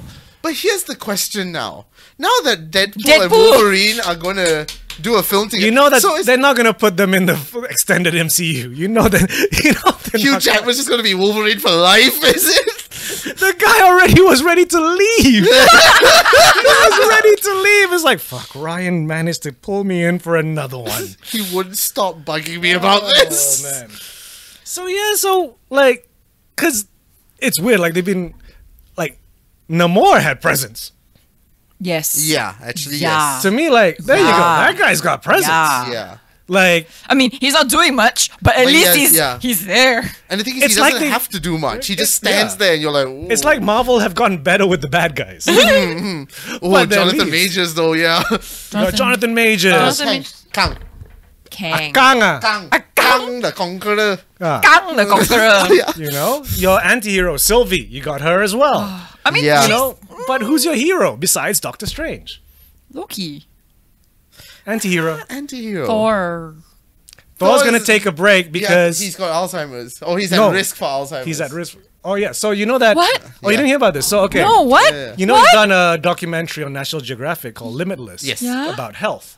Speaker 3: but here's the question now. Now that Deadpool,
Speaker 1: Deadpool.
Speaker 3: and Wolverine are gonna do a film together,
Speaker 2: You know that
Speaker 3: so it's,
Speaker 2: they're not gonna put them in the f- extended MCU. You know that. You know they're
Speaker 3: Hugh
Speaker 2: not gonna-
Speaker 3: Jackman's just gonna be Wolverine for life, is it?
Speaker 2: The guy already was ready to leave. he was ready to leave. It's like fuck. Ryan managed to pull me in for another one.
Speaker 3: He wouldn't stop bugging me about this.
Speaker 2: Oh, man. So yeah, so like, cause it's weird. Like they've been, like, Namor had presence.
Speaker 1: Yes.
Speaker 3: Yeah, actually,
Speaker 1: Yeah.
Speaker 2: To me, like, there you go.
Speaker 1: Yeah.
Speaker 2: That guy's got presence.
Speaker 1: Yeah.
Speaker 3: yes. Yeah.
Speaker 2: Like,
Speaker 1: I mean, he's not doing much, but at
Speaker 3: But
Speaker 1: least
Speaker 3: yes,
Speaker 1: he's
Speaker 3: yeah.
Speaker 1: he's there.
Speaker 3: And the thing is,
Speaker 2: It's
Speaker 3: he
Speaker 2: like
Speaker 3: doesn't
Speaker 2: they-
Speaker 3: have to do much. He just
Speaker 2: It's- yeah.
Speaker 3: stands there, and you're like, ooh,
Speaker 2: it's like Marvel have gotten better with the bad guys.
Speaker 3: oh,
Speaker 2: but they're
Speaker 3: Jonathan
Speaker 2: leads.
Speaker 3: Majors, though, yeah.
Speaker 2: You got Jonathan Majors,
Speaker 1: Jonathan Majors.
Speaker 3: Kang,
Speaker 1: Kang.
Speaker 2: Ah, Kanga,
Speaker 3: Kang, Kang, the Conqueror.
Speaker 1: Kang the Conqueror.
Speaker 3: Yeah.
Speaker 2: you know, your anti-hero Sylvie. You got her as well.
Speaker 1: I mean,
Speaker 3: Yeah.
Speaker 2: You
Speaker 1: she's
Speaker 2: know, but who's your hero besides Doctor Strange?
Speaker 1: Loki.
Speaker 2: Anti-hero.
Speaker 3: Anti-hero.
Speaker 1: Thor.
Speaker 2: Thor's
Speaker 3: Thor's-
Speaker 2: gonna take a break
Speaker 3: Yeah,
Speaker 2: because
Speaker 3: he's got Alzheimer's. Oh, he's at
Speaker 2: No.
Speaker 3: risk for Alzheimer's.
Speaker 2: he's at risk. Oh yeah, so you know that.
Speaker 1: What?
Speaker 2: Oh, you didn't hear about this. So okay.
Speaker 1: No, Oh, what?
Speaker 3: Yeah.
Speaker 2: You know,
Speaker 1: what?
Speaker 2: he's done a documentary on National Geographic called Limitless.
Speaker 3: Yes.
Speaker 1: Yeah?
Speaker 2: About health.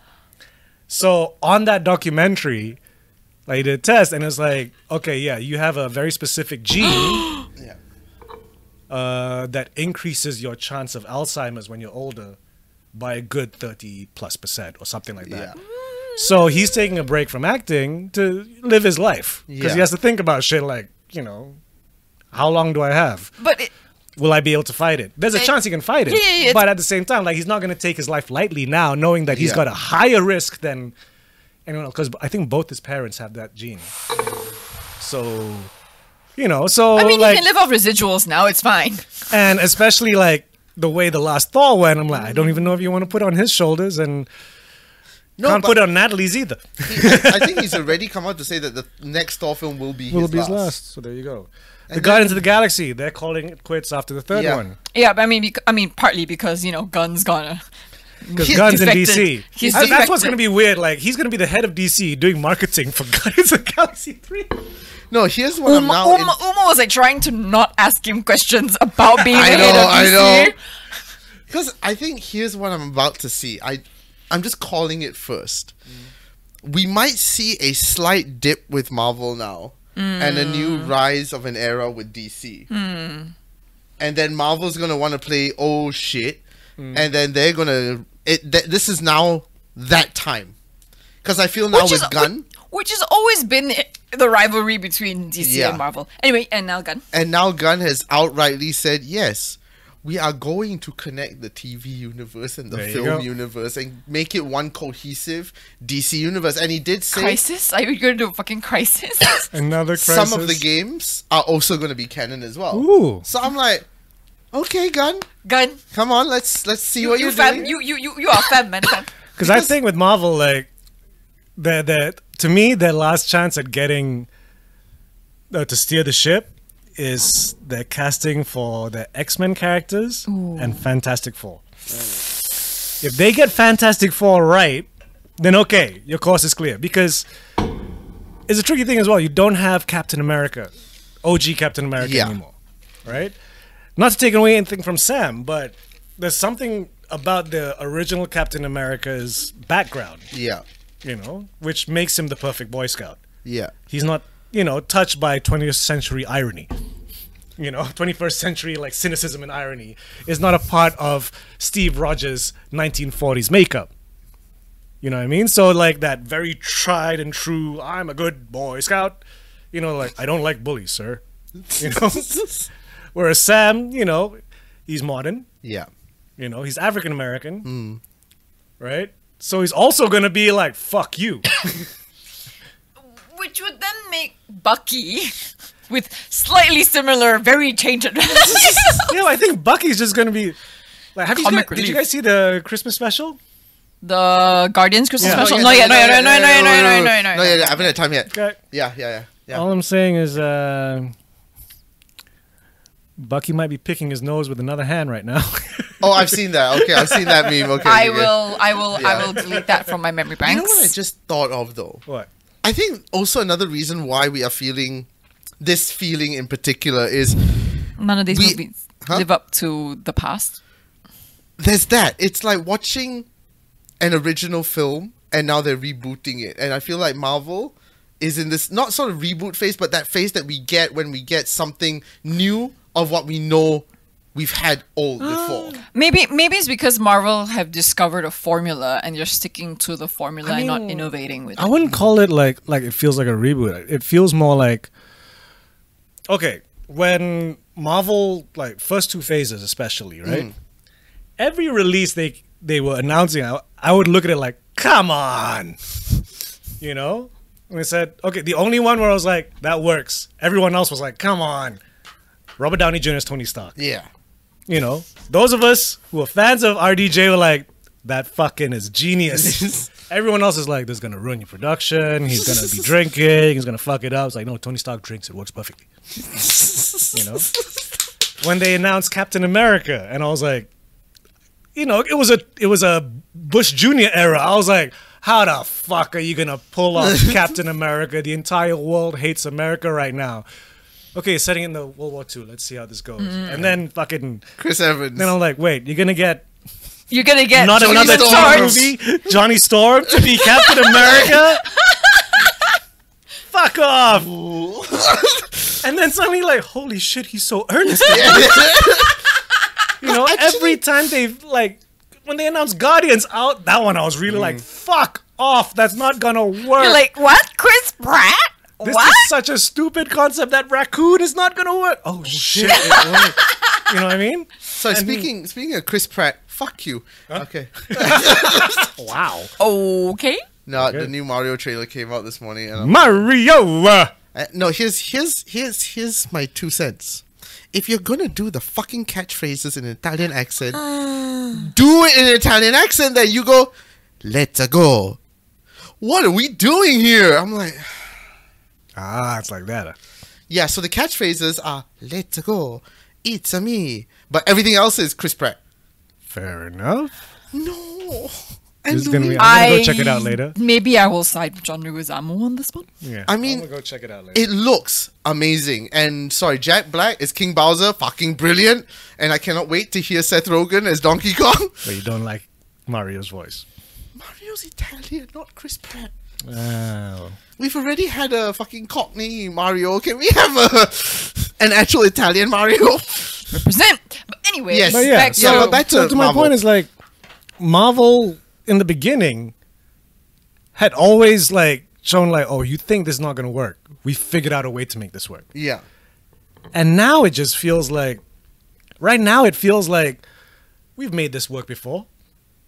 Speaker 2: So on that documentary, like they did a test, and it's like, okay, yeah, you have a very specific gene
Speaker 3: Yeah.
Speaker 2: uh, that increases your chance of Alzheimer's when you're older by a good thirty plus percent or something like that.
Speaker 3: Yeah.
Speaker 2: So he's taking a break from acting to live his life because
Speaker 3: Yeah.
Speaker 2: he has to think about shit like, you know, how long do I have?
Speaker 1: But it,
Speaker 2: will I be able to fight it? There's a chance he can fight it.
Speaker 1: yeah, yeah, it's-
Speaker 2: but at the same time, like he's not going to take his life lightly now, knowing that he's
Speaker 3: Yeah.
Speaker 2: got a higher risk than anyone else. Because I think both his parents have that gene. So, you know, so
Speaker 1: I mean,
Speaker 2: like,
Speaker 1: he can live off residuals now. It's fine.
Speaker 2: and especially like the way the last Thor went, I'm like, I don't even know if you want to put it on his shoulders and
Speaker 3: No,
Speaker 2: can't
Speaker 3: but
Speaker 2: put it on Natalie's either.
Speaker 3: he- I think he's already come out to say that the next Thor film will be
Speaker 2: Will
Speaker 3: his
Speaker 2: be his
Speaker 3: last.
Speaker 2: last. So there you go. the
Speaker 3: then-
Speaker 2: Guardians of the Galaxy, they're calling it quits after the third
Speaker 3: Yeah.
Speaker 2: one
Speaker 1: Yeah, but I mean, bec- I mean, partly because you know, Gunn's gonna.
Speaker 2: because
Speaker 3: He's
Speaker 2: guns
Speaker 1: defected.
Speaker 2: in DC.
Speaker 1: He's
Speaker 2: And that's
Speaker 1: defected.
Speaker 2: what's going to be weird. Like he's going to be the head of DC doing marketing for Guardians of the Galaxy Three.
Speaker 3: No, here's what I'm
Speaker 1: Uma,
Speaker 3: now. in-
Speaker 1: Uma, Uma was like trying to not ask him questions about being
Speaker 3: I
Speaker 1: the head
Speaker 3: know,
Speaker 1: of
Speaker 3: I
Speaker 1: DC.
Speaker 3: know. Because I think here's what I'm about to see. I, I'm just calling it first.
Speaker 1: Mm.
Speaker 3: We might see a slight dip with Marvel now, and
Speaker 1: Mm.
Speaker 3: a new rise of an era with DC. And then Marvel's gonna want to play oh shit,
Speaker 1: Mm.
Speaker 3: and then they're gonna. It, th- this is now that time. Because I feel now
Speaker 1: Which
Speaker 3: with
Speaker 1: is
Speaker 3: Gun.
Speaker 1: which, which has always been the rivalry between DC
Speaker 3: Yeah.
Speaker 1: and Marvel. Anyway, and now Gun.
Speaker 3: And now Gunn has outrightly said, yes, we are going to connect the TV universe and the
Speaker 2: There you go.
Speaker 3: film universe and make it one cohesive DC universe. And he did say
Speaker 1: Crisis? Are you gonna do a fucking crisis?
Speaker 2: Another
Speaker 3: some of the games are also going to be canon as well.
Speaker 2: Ooh.
Speaker 3: So I'm like, okay, Gunn,
Speaker 1: Gun.
Speaker 3: come on, let's let's see what
Speaker 1: you
Speaker 3: you're
Speaker 1: fam,
Speaker 3: doing.
Speaker 1: you you you you are fam, man. Fam.
Speaker 2: Because I think with Marvel, like their their to me their last chance at getting uh, to steer the ship is their casting for their X Men characters and Fantastic Four. If they get Fantastic Four right, then okay, your course is clear. Because it's a tricky thing as well. You don't have Captain America, OG Captain America
Speaker 3: Yeah.
Speaker 2: anymore, right? Not to take away anything from Sam, but there's something about the original Captain America's background,
Speaker 3: yeah,
Speaker 2: you know, which makes him the perfect Boy Scout.
Speaker 3: yeah.
Speaker 2: He's not, you know, touched by 20th century irony. You know, 21st century like cynicism and irony is not a part of Steve Rogers' 1940s makeup. You know what I mean? So like that very tried and true, I'm a good boy scout. You know, like I don't like bullies, sir. You know. Whereas Sam, you know, he's modern.
Speaker 3: Yeah.
Speaker 2: You know, he's African American, right? So he's also gonna be like, "Fuck you."
Speaker 1: Which would then make Bucky with slightly similar, very changed.
Speaker 2: yeah, I think Bucky's just gonna be like. Have you
Speaker 1: Comic
Speaker 2: guys, did you
Speaker 1: relief.
Speaker 2: guys see the Christmas special?
Speaker 1: the Guardians Christmas
Speaker 2: Yeah.
Speaker 1: special.
Speaker 3: yeah,
Speaker 1: No, yeah, no, yeah, no, no, no, no, no, no, no,
Speaker 3: no, yeah, yeah, I haven't had time yet.
Speaker 2: Okay. Oh.
Speaker 3: Yeah, yeah, yeah, yeah.
Speaker 2: All I'm saying is, uh, Bucky might be picking his nose with another hand right now.
Speaker 3: Oh, I've seen that. Okay, I've seen that meme. Okay,
Speaker 1: I
Speaker 3: okay.
Speaker 1: will, I will,
Speaker 3: Yeah.
Speaker 1: I will delete that from my memory
Speaker 3: You
Speaker 1: banks.
Speaker 3: know what I just thought of though?
Speaker 2: what?
Speaker 3: I think also another reason why we are feeling this feeling in particular is
Speaker 1: None of these
Speaker 3: We-
Speaker 1: movies
Speaker 3: Huh?
Speaker 1: live up to the past.
Speaker 3: there's that. It's like watching an original film and now they're rebooting it. And I feel like Marvel is in this not sort of reboot phase, but that phase that we get when we get something new of what we know we've had old before.
Speaker 1: Maybe, maybe it's because Marvel have discovered a formula and you're sticking to the formula and not
Speaker 2: mean, oh,
Speaker 1: innovating with
Speaker 2: I
Speaker 1: it.
Speaker 2: wouldn't call it like like it feels like a reboot. It feels more like okay, when Marvel like first two phases especially, right? Every release they they were announcing, I, I would look at it like, "Come on." You know? And it said, "Okay, the only one where I was like, that works." Everyone else was like, "Come on." Robert Downey Jr. is Tony Stark.
Speaker 3: Yeah.
Speaker 2: You know, those of us who are fans of RDJ were like, that fucking is genius. Everyone else is like, this is gonna ruin your production. He's gonna be drinking. He's gonna fuck it up. It's like, no, Tony Stark drinks. It works perfectly. You know, when they announced Captain America, and I was like, you know, it was a it was a Bush Junior era. I was like, how the fuck are you gonna pull off Captain America? The entire world hates America right now. Okay, setting in the World War II. Let's see how this goes. And then fucking
Speaker 3: Chris Evans.
Speaker 2: then I'm like, wait, you're gonna get
Speaker 1: You're gonna get
Speaker 2: not
Speaker 1: Johnny
Speaker 2: another
Speaker 3: Storm.
Speaker 2: Tom
Speaker 1: Storm.
Speaker 2: movie, Johnny Storm to be Captain America. Fuck off! and then suddenly, like, holy shit, he's so earnest. you know, every time they like when they announced Guardians out, that one I was really like, fuck off, that's not gonna work.
Speaker 1: You're like what, Chris Pratt?
Speaker 2: This
Speaker 1: what?
Speaker 2: is such a stupid concept that raccoon is not gonna work. Oh shit! it worked. you know what I mean?
Speaker 3: so speaking speaking of Chris Pratt, fuck you. Okay.
Speaker 2: Wow.
Speaker 1: okay.
Speaker 3: No, the new Mario trailer came out this morning and I'm
Speaker 2: Mario.
Speaker 3: Uh, no, here's here's here's here's my two cents. If you're gonna do the fucking catchphrases in an Italian accent, do it in an Italian accent. Then you go, "Let's go." What are we doing here? I'm like,
Speaker 2: Ah, it's like that.
Speaker 3: yeah. So the catchphrases are "Let's go," "It's a me," but everything else is Chris Pratt.
Speaker 2: Fair enough.
Speaker 3: No,
Speaker 2: This
Speaker 3: and
Speaker 2: is gonna
Speaker 3: we-
Speaker 2: be- I'm gonna go check it out later.
Speaker 1: Maybe I will side with John Leguizamo on this one.
Speaker 2: Yeah.
Speaker 3: I mean,
Speaker 2: I'm gonna go check it out later.
Speaker 3: it looks amazing. And sorry, Jack Black is King Bowser, fucking brilliant. And I cannot wait to hear Seth Rogen as Donkey Kong.
Speaker 2: but you don't like Mario's voice.
Speaker 3: Mario's Italian, not Chris Pratt.
Speaker 2: Oh.
Speaker 3: We've already had a fucking Cockney Mario. Can we have a an actual Italian Mario?
Speaker 1: Represent. But anyway,
Speaker 3: Yes.
Speaker 2: But yeah,
Speaker 1: back
Speaker 2: so-
Speaker 1: to-
Speaker 3: Yeah, but back-
Speaker 2: So,
Speaker 3: to
Speaker 2: to my
Speaker 3: Marvel.
Speaker 2: point is like, Marvel in the beginning had always like shown like, oh, you think this is not gonna work? We figured out a way to make this work.
Speaker 3: yeah.
Speaker 2: And now it just feels like, right now it feels like we've made this work before.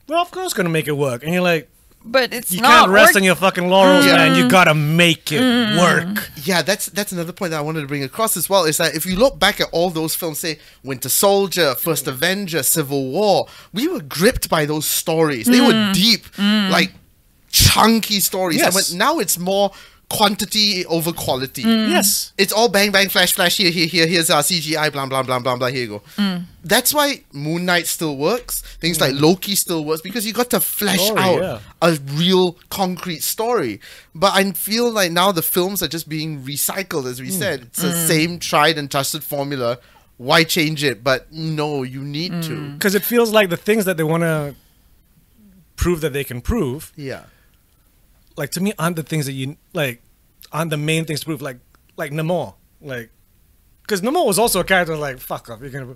Speaker 2: Well, of course, gonna make it work. And you're like,
Speaker 1: but it's
Speaker 2: you
Speaker 1: not
Speaker 2: can't rest
Speaker 1: work-
Speaker 2: on your fucking laurels,
Speaker 3: Yeah.
Speaker 2: man. You gotta make it
Speaker 3: Mm-hmm.
Speaker 2: work.
Speaker 3: Yeah, that's that's another point that I wanted to bring across as well. Is that if you look back at all those films, say Winter Soldier, First Avenger, Civil War, we were gripped by those stories. They were deep, like chunky stories. And
Speaker 2: Yes. Mm.
Speaker 3: when- now it's more quantity over quality.
Speaker 2: Yes.
Speaker 3: It's all bang bang flash flash here here here here's our CGI blah blah blah blah blah here you go.
Speaker 2: Mm.
Speaker 3: That's why Moon Knight still works. Things like Loki still works because you got to flesh
Speaker 2: Story,
Speaker 3: out
Speaker 2: yeah.
Speaker 3: a real concrete story. But I feel like now the films are just being recycled, as
Speaker 2: Mm.
Speaker 3: we said. It's the same tried and trusted formula. Why change it? But no, you need
Speaker 1: Mm.
Speaker 3: to.
Speaker 2: because it feels like the things that they want to prove that they can prove,
Speaker 3: Yeah.
Speaker 2: like to me, aren't the things that you like aren't the main things to prove. Like like Namor, like because Namor was also a character like fuck off. You're gonna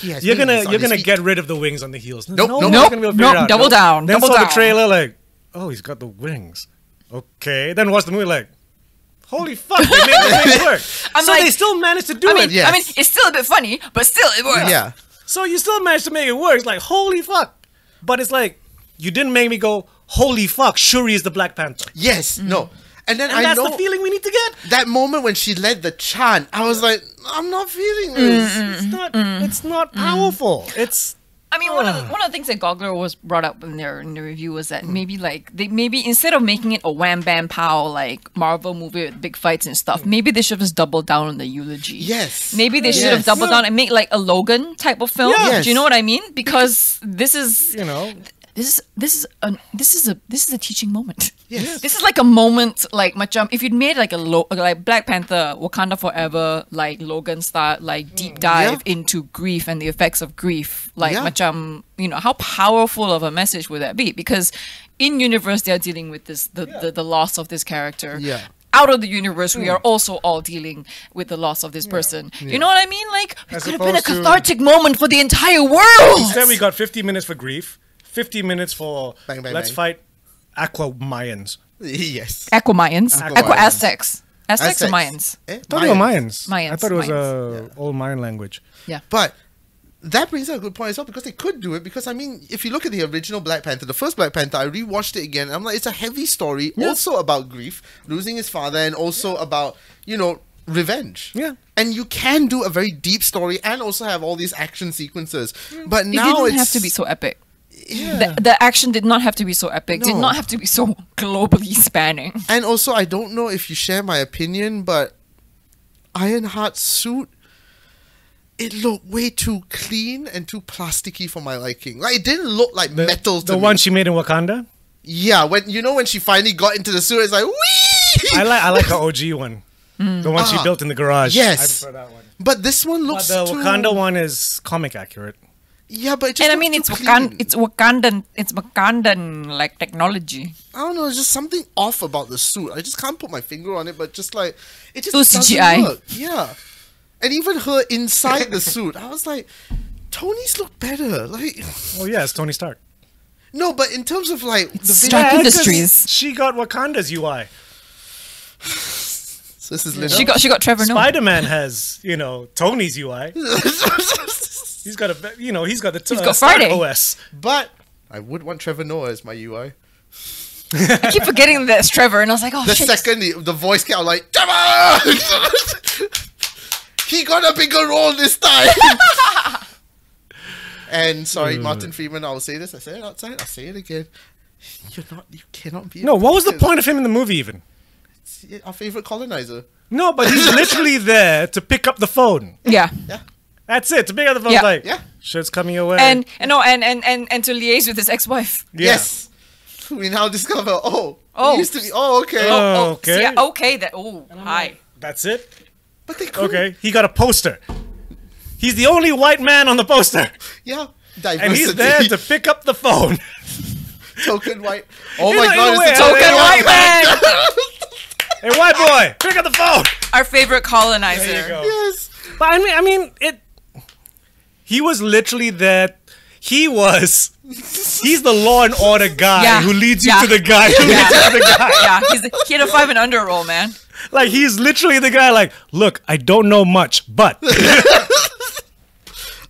Speaker 3: He has
Speaker 2: you're gonna
Speaker 3: wings on
Speaker 2: you're
Speaker 3: his
Speaker 2: gonna
Speaker 3: feet.
Speaker 2: get rid of the wings on the heels.
Speaker 3: Nope,
Speaker 2: no
Speaker 3: nope,
Speaker 2: one's
Speaker 1: nope,
Speaker 2: gonna be able to figure it
Speaker 1: nope,
Speaker 2: out.
Speaker 1: double down,
Speaker 2: Then
Speaker 1: double
Speaker 2: saw the
Speaker 1: down.
Speaker 2: trailer like oh he's got the wings. Okay, then watch the movie like. Holy fuck! They made the thing work.
Speaker 1: I'm
Speaker 2: so
Speaker 1: like-
Speaker 2: they still managed to
Speaker 1: I
Speaker 2: do it.
Speaker 1: mean,
Speaker 3: yes.
Speaker 1: I mean, it's still a bit funny, but still it
Speaker 2: Ah.
Speaker 1: works.
Speaker 3: Yeah.
Speaker 2: So you still managed to make it work. It's like, holy fuck. But it's like, you didn't make me go, holy fuck, Shuri is the Black Panther.
Speaker 3: Yes. No. And then
Speaker 2: Mm. And
Speaker 3: I
Speaker 2: that's
Speaker 3: know
Speaker 2: the feeling we need to get.
Speaker 3: that moment when she led the chant, I was like, I'm not feeling this.
Speaker 2: It's not, it's not powerful. It's
Speaker 1: I mean, one of the, one of the things that Gogler was brought up in their in the review was that maybe like they maybe instead of making it a wham bam pow like Marvel movie with big fights and stuff, maybe they should have just doubled down on the eulogy.
Speaker 3: Yes.
Speaker 1: Maybe they should have
Speaker 3: Yes.
Speaker 1: doubled down and make like a Logan type of film.
Speaker 3: Yes.
Speaker 1: Do you know what I mean? Because this is
Speaker 2: you know.
Speaker 1: this is this is an this is a this is a teaching moment.
Speaker 3: Yes.
Speaker 1: This is like a moment like Macam. If you'd made like a lo- like Black Panther, Wakanda Forever, like Logan Star, like deep dive into grief and the effects of grief, like
Speaker 3: Yeah.
Speaker 1: Macam, you know, how powerful of a message would that be? Because in universe they are dealing with this the, the, the loss of this character.
Speaker 3: Yeah.
Speaker 1: Out of the universe, we are also all dealing with the loss of this person. You know what I mean? Like, it
Speaker 2: As
Speaker 1: could have been a
Speaker 2: opposed to-
Speaker 1: cathartic moment for the entire world.
Speaker 2: Instead, we got 50 minutes for grief, 50 minutes for
Speaker 3: Bang, bang,
Speaker 2: let's
Speaker 3: bang.
Speaker 2: fight Aqua Mayans.
Speaker 3: yes.
Speaker 1: Aquamayans.
Speaker 2: Aquamayans.
Speaker 1: Aqua Aztecs. Aztecs or
Speaker 3: Aztecs.
Speaker 1: Mayans?
Speaker 3: Eh,
Speaker 2: I thought it was
Speaker 3: Mayans.
Speaker 2: Mayans. I
Speaker 1: Mayans,
Speaker 2: thought it was
Speaker 1: Mayans.
Speaker 2: uh, old Mayan language.
Speaker 1: Yeah.
Speaker 3: But that brings up a good point as well because they could do it because I mean if you look at the original Black Panther, the first Black Panther, I rewatched it again. And I'm like, it's a heavy story, also about grief, losing his father, and also about you know revenge.
Speaker 2: Yeah.
Speaker 3: and you can do a very deep story and also have all these action sequences. But
Speaker 1: Mm. It
Speaker 3: now
Speaker 1: didn't have
Speaker 3: it's
Speaker 1: to be so epic. The, the action did not have to be so epic. Did
Speaker 3: No.
Speaker 1: not have to be so globally spanning.
Speaker 3: And also, I don't know if you share my opinion, but Ironheart's suit. It looked way too clean and too plasticky for my liking. Like it didn't look like
Speaker 2: The,
Speaker 3: metal to
Speaker 2: the
Speaker 3: me.
Speaker 2: one she made in Wakanda.
Speaker 3: Yeah, when you know when she finally got into the sewer, it's like wee.
Speaker 2: I like I like her OG one, the one
Speaker 3: Ah.
Speaker 2: she built in the garage.
Speaker 3: Yes.
Speaker 2: I prefer that one.
Speaker 3: But this one
Speaker 2: But
Speaker 3: looks
Speaker 2: the
Speaker 3: too.
Speaker 2: Wakanda one is comic accurate.
Speaker 3: Yeah, but it just
Speaker 1: And I
Speaker 3: looks
Speaker 1: mean,
Speaker 3: too
Speaker 1: it's
Speaker 3: clean.
Speaker 1: Wakan- it's Wakandan, it's Wakandan like technology.
Speaker 3: I don't know. It's just something off about the suit. I just can't put my finger on it. But just like it just
Speaker 1: Too
Speaker 3: doesn't
Speaker 1: CGI.
Speaker 3: work. Yeah, and even her inside the suit, I was like, Tony's look better. Like
Speaker 2: Oh yeah, it's Tony Stark.
Speaker 3: no, but in terms of like the
Speaker 1: Stark
Speaker 3: visual-
Speaker 2: 'cause
Speaker 1: Industries.
Speaker 2: She got Wakanda's UI.
Speaker 3: So this is Linda.
Speaker 1: She got she got Trevor Noah.
Speaker 2: Spider Man has you know Tony's UI. He's got a be- you know he's got the t-
Speaker 1: He's
Speaker 2: uh,
Speaker 1: got
Speaker 2: Stark
Speaker 1: Friday.
Speaker 2: OS.
Speaker 3: but I would want Trevor Noah as my UI.
Speaker 1: I keep forgetting that it's Trevor, and I was like, oh
Speaker 3: The
Speaker 1: shit.
Speaker 3: second the, the voice came out, like, Trevor! he got a bigger role this time. and sorry,
Speaker 2: Uh.
Speaker 3: Martin Freeman, I'll say this. I said it outside. I'll say it again. You're not. You cannot be. a
Speaker 2: No, what was the
Speaker 3: racist.
Speaker 2: point of him in the movie even?
Speaker 3: It's Our favorite colonizer.
Speaker 2: No, but he's literally there to pick up the phone.
Speaker 1: yeah.
Speaker 3: Yeah.
Speaker 2: That's it. To pick up the phone,
Speaker 1: Yeah.
Speaker 2: like
Speaker 3: Yeah.
Speaker 2: shit's coming your way.
Speaker 1: And, and no, and, and and and to liaise with his ex-wife.
Speaker 2: Yeah.
Speaker 3: Yes. We now discover. Oh. Oh.
Speaker 1: Oh.
Speaker 3: It used to be. Oh, okay.
Speaker 2: Oh.
Speaker 1: see,
Speaker 2: okay.
Speaker 1: yeah, okay. That. Oh, hi.
Speaker 2: that's it.
Speaker 3: But they couldn't.
Speaker 2: Okay, he got a poster. He's the only white man on the poster,
Speaker 3: Yeah. Diversity.
Speaker 2: and he's there to pick up the phone.
Speaker 3: token white. Oh
Speaker 2: In
Speaker 3: my
Speaker 2: a- in
Speaker 3: god! It's
Speaker 2: a way,
Speaker 3: the
Speaker 2: I
Speaker 3: token
Speaker 2: think-
Speaker 3: white man.
Speaker 2: hey, white boy, pick up the phone.
Speaker 1: Our favorite colonizer.
Speaker 2: There you go.
Speaker 3: yes.
Speaker 2: But I mean, I mean, it. He was literally there. He was. He's the law and order guy
Speaker 1: Yeah.
Speaker 2: who leads you
Speaker 1: Yeah.
Speaker 2: to the guy who
Speaker 1: Yeah.
Speaker 2: leads you to the guy.
Speaker 1: yeah, he's, he had a five and under roll, man.
Speaker 2: Like he's literally the guy. Like, look, I don't know much, but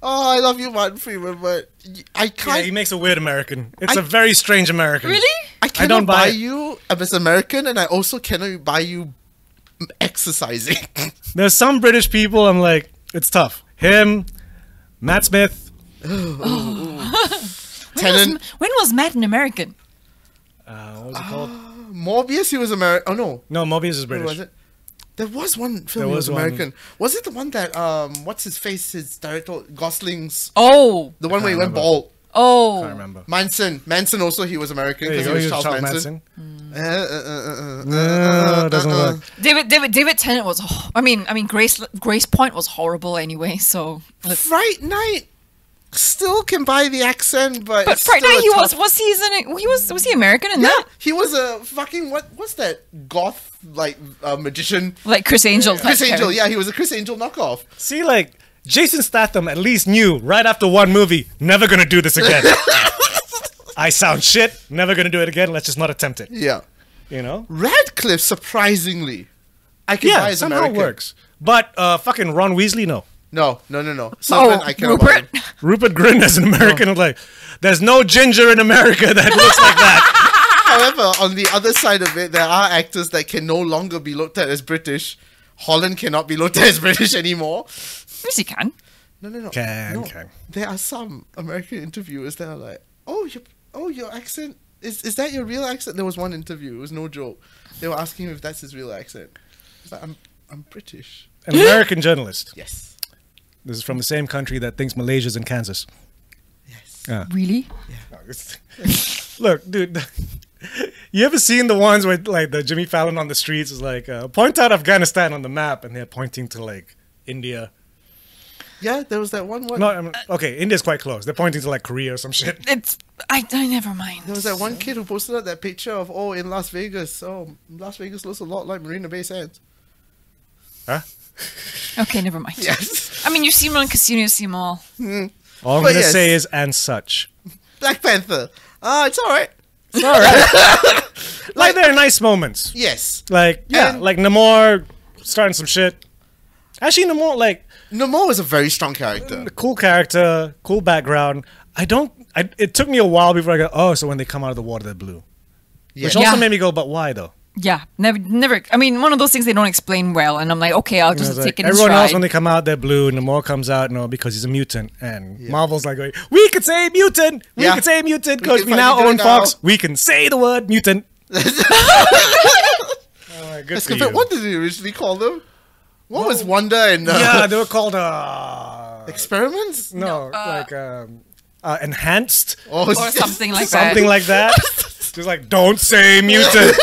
Speaker 3: Oh, I love you, Martin Freeman, but y- I
Speaker 2: yeah,
Speaker 3: can't.
Speaker 2: he makes a weird American. It's
Speaker 3: I-
Speaker 2: a very strange American.
Speaker 1: Really?
Speaker 3: I cannot
Speaker 2: don't
Speaker 3: buy,
Speaker 2: buy it.
Speaker 3: you as American, and I also cannot buy you m- exercising.
Speaker 2: There's some British people. I'm like, it's tough. Him, Matt Smith.
Speaker 1: When was,
Speaker 3: Tenant
Speaker 1: when was Matt an American?
Speaker 2: Uh, what was it called?
Speaker 3: Morbius, he was American. Oh no,
Speaker 2: No, Mobius is
Speaker 3: who
Speaker 2: British.
Speaker 3: was it? There was one film that
Speaker 2: There
Speaker 3: was
Speaker 2: was one.
Speaker 3: American. Was it the one that um, what's his face, his director Gosling's,
Speaker 1: Oh,
Speaker 3: the one where he
Speaker 2: can't
Speaker 3: went
Speaker 2: remember.
Speaker 3: bald?
Speaker 1: oh.
Speaker 2: I remember.
Speaker 3: Manson, Manson also he was American
Speaker 2: There you
Speaker 3: because he
Speaker 2: go.
Speaker 3: was
Speaker 2: He
Speaker 3: Charles,
Speaker 2: was Charles
Speaker 3: Manson.
Speaker 2: Manson.
Speaker 3: Uh, uh, uh, uh, uh, uh,
Speaker 2: No,
Speaker 3: uh,
Speaker 2: doesn't
Speaker 3: uh, uh.
Speaker 2: work.
Speaker 1: David, David, David Tennant was. Oh, I mean, I mean, Grace, Grace Point was horrible anyway. So, let's-
Speaker 3: Fright Night still can buy the accent, but
Speaker 1: but
Speaker 3: it's
Speaker 1: Fright
Speaker 3: still
Speaker 1: Night,
Speaker 3: a
Speaker 1: he
Speaker 3: tough-
Speaker 1: was. Was he? Isn't he? Was was he American in
Speaker 3: Yeah,
Speaker 1: that?
Speaker 3: he was a fucking what? What's that goth like uh, magician?
Speaker 1: Like Chris Angel. type
Speaker 3: Chris Angel,
Speaker 1: character.
Speaker 3: yeah, he was a Chris Angel knockoff.
Speaker 2: See, like Jason Statham at least knew right after one movie, never gonna do this again. I sound shit. Never gonna do it again. Let's just not attempt it.
Speaker 3: Yeah,
Speaker 2: You know?
Speaker 3: Radcliffe, surprisingly, I can buy
Speaker 2: Yeah,
Speaker 3: as
Speaker 2: somehow it
Speaker 3: American.
Speaker 2: works. But uh, fucking Ron Weasley, no.
Speaker 3: No, no, no, no. Someone
Speaker 1: Oh,
Speaker 3: I can
Speaker 1: Rupert.
Speaker 2: Rupert Grin as an American, like, there's no ginger in America that looks like that.
Speaker 3: However, on the other side of it, there are actors that can no longer be looked at as British. Holland cannot be looked at as British anymore.
Speaker 1: Yes, he can.
Speaker 3: No, no, no.
Speaker 2: Can,
Speaker 3: no.
Speaker 2: can.
Speaker 3: There are some American interviewers that are like, oh, your, oh, your accent is is that your real accent? There was one interview. It was no joke. They were asking him if that's his real accent. He's like, I'm I'm British.
Speaker 2: An American journalist.
Speaker 3: Yes.
Speaker 2: This is from the same country that thinks Malaysia's in Kansas.
Speaker 3: Yes.
Speaker 2: Yeah.
Speaker 1: Really?
Speaker 2: No, it's- Look, dude. You ever seen the ones where like the Jimmy Fallon on the streets is like uh, point out Afghanistan on the map and they're pointing to like India.
Speaker 3: Yeah, there was that one. What?
Speaker 2: No, I'm, okay, India's quite close. They're pointing to like Korea or some shit.
Speaker 1: It's I, I never mind.
Speaker 3: there was that one kid who posted up that picture of oh in Las Vegas. Oh, Las Vegas looks a lot like Marina Bay Sands.
Speaker 2: Huh?
Speaker 1: Okay, never mind.
Speaker 3: Yes.
Speaker 1: I mean, you've seen one casino, you've seen them all.
Speaker 2: All I'm
Speaker 3: But
Speaker 2: gonna
Speaker 3: yes.
Speaker 2: say is and such.
Speaker 3: Black Panther. Ah, it's all right.
Speaker 2: All right. like there are nice moments.
Speaker 3: Yes.
Speaker 2: Like yeah,
Speaker 3: And-
Speaker 2: like Namor starting some shit. Actually, Namor like
Speaker 3: Namor is a very strong character.
Speaker 2: a cool character, cool background. I don't. I, it took me a while before I go. Oh, so when they come out of the water, they're blue.
Speaker 3: Yes.
Speaker 2: Which also
Speaker 1: Yeah.
Speaker 2: made me go, but why though?
Speaker 1: Yeah, never, never. I mean, one of those things they don't explain well, and I'm like, okay, I'll
Speaker 2: I
Speaker 1: just
Speaker 2: was like,
Speaker 1: take it. in
Speaker 2: everyone else
Speaker 1: stride.
Speaker 2: when they come out, they're blue. Namor comes out, no, because he's a mutant. And Marvel's like, going, we can say mutant. We
Speaker 3: Yeah.
Speaker 2: can say mutant
Speaker 3: We
Speaker 2: because
Speaker 3: can
Speaker 2: we, now
Speaker 3: finally do it
Speaker 2: own
Speaker 3: now."
Speaker 2: Fox. We can say the word mutant. Oh, good
Speaker 3: Let's
Speaker 2: for
Speaker 3: compare-
Speaker 2: you.
Speaker 3: What did they originally call them? What was Wonder and uh,
Speaker 2: yeah, they were called uh,
Speaker 3: experiments?
Speaker 2: no, like um, uh, enhanced,
Speaker 3: Oh,
Speaker 1: or something like that.
Speaker 2: something like that. Just like don't say mutant.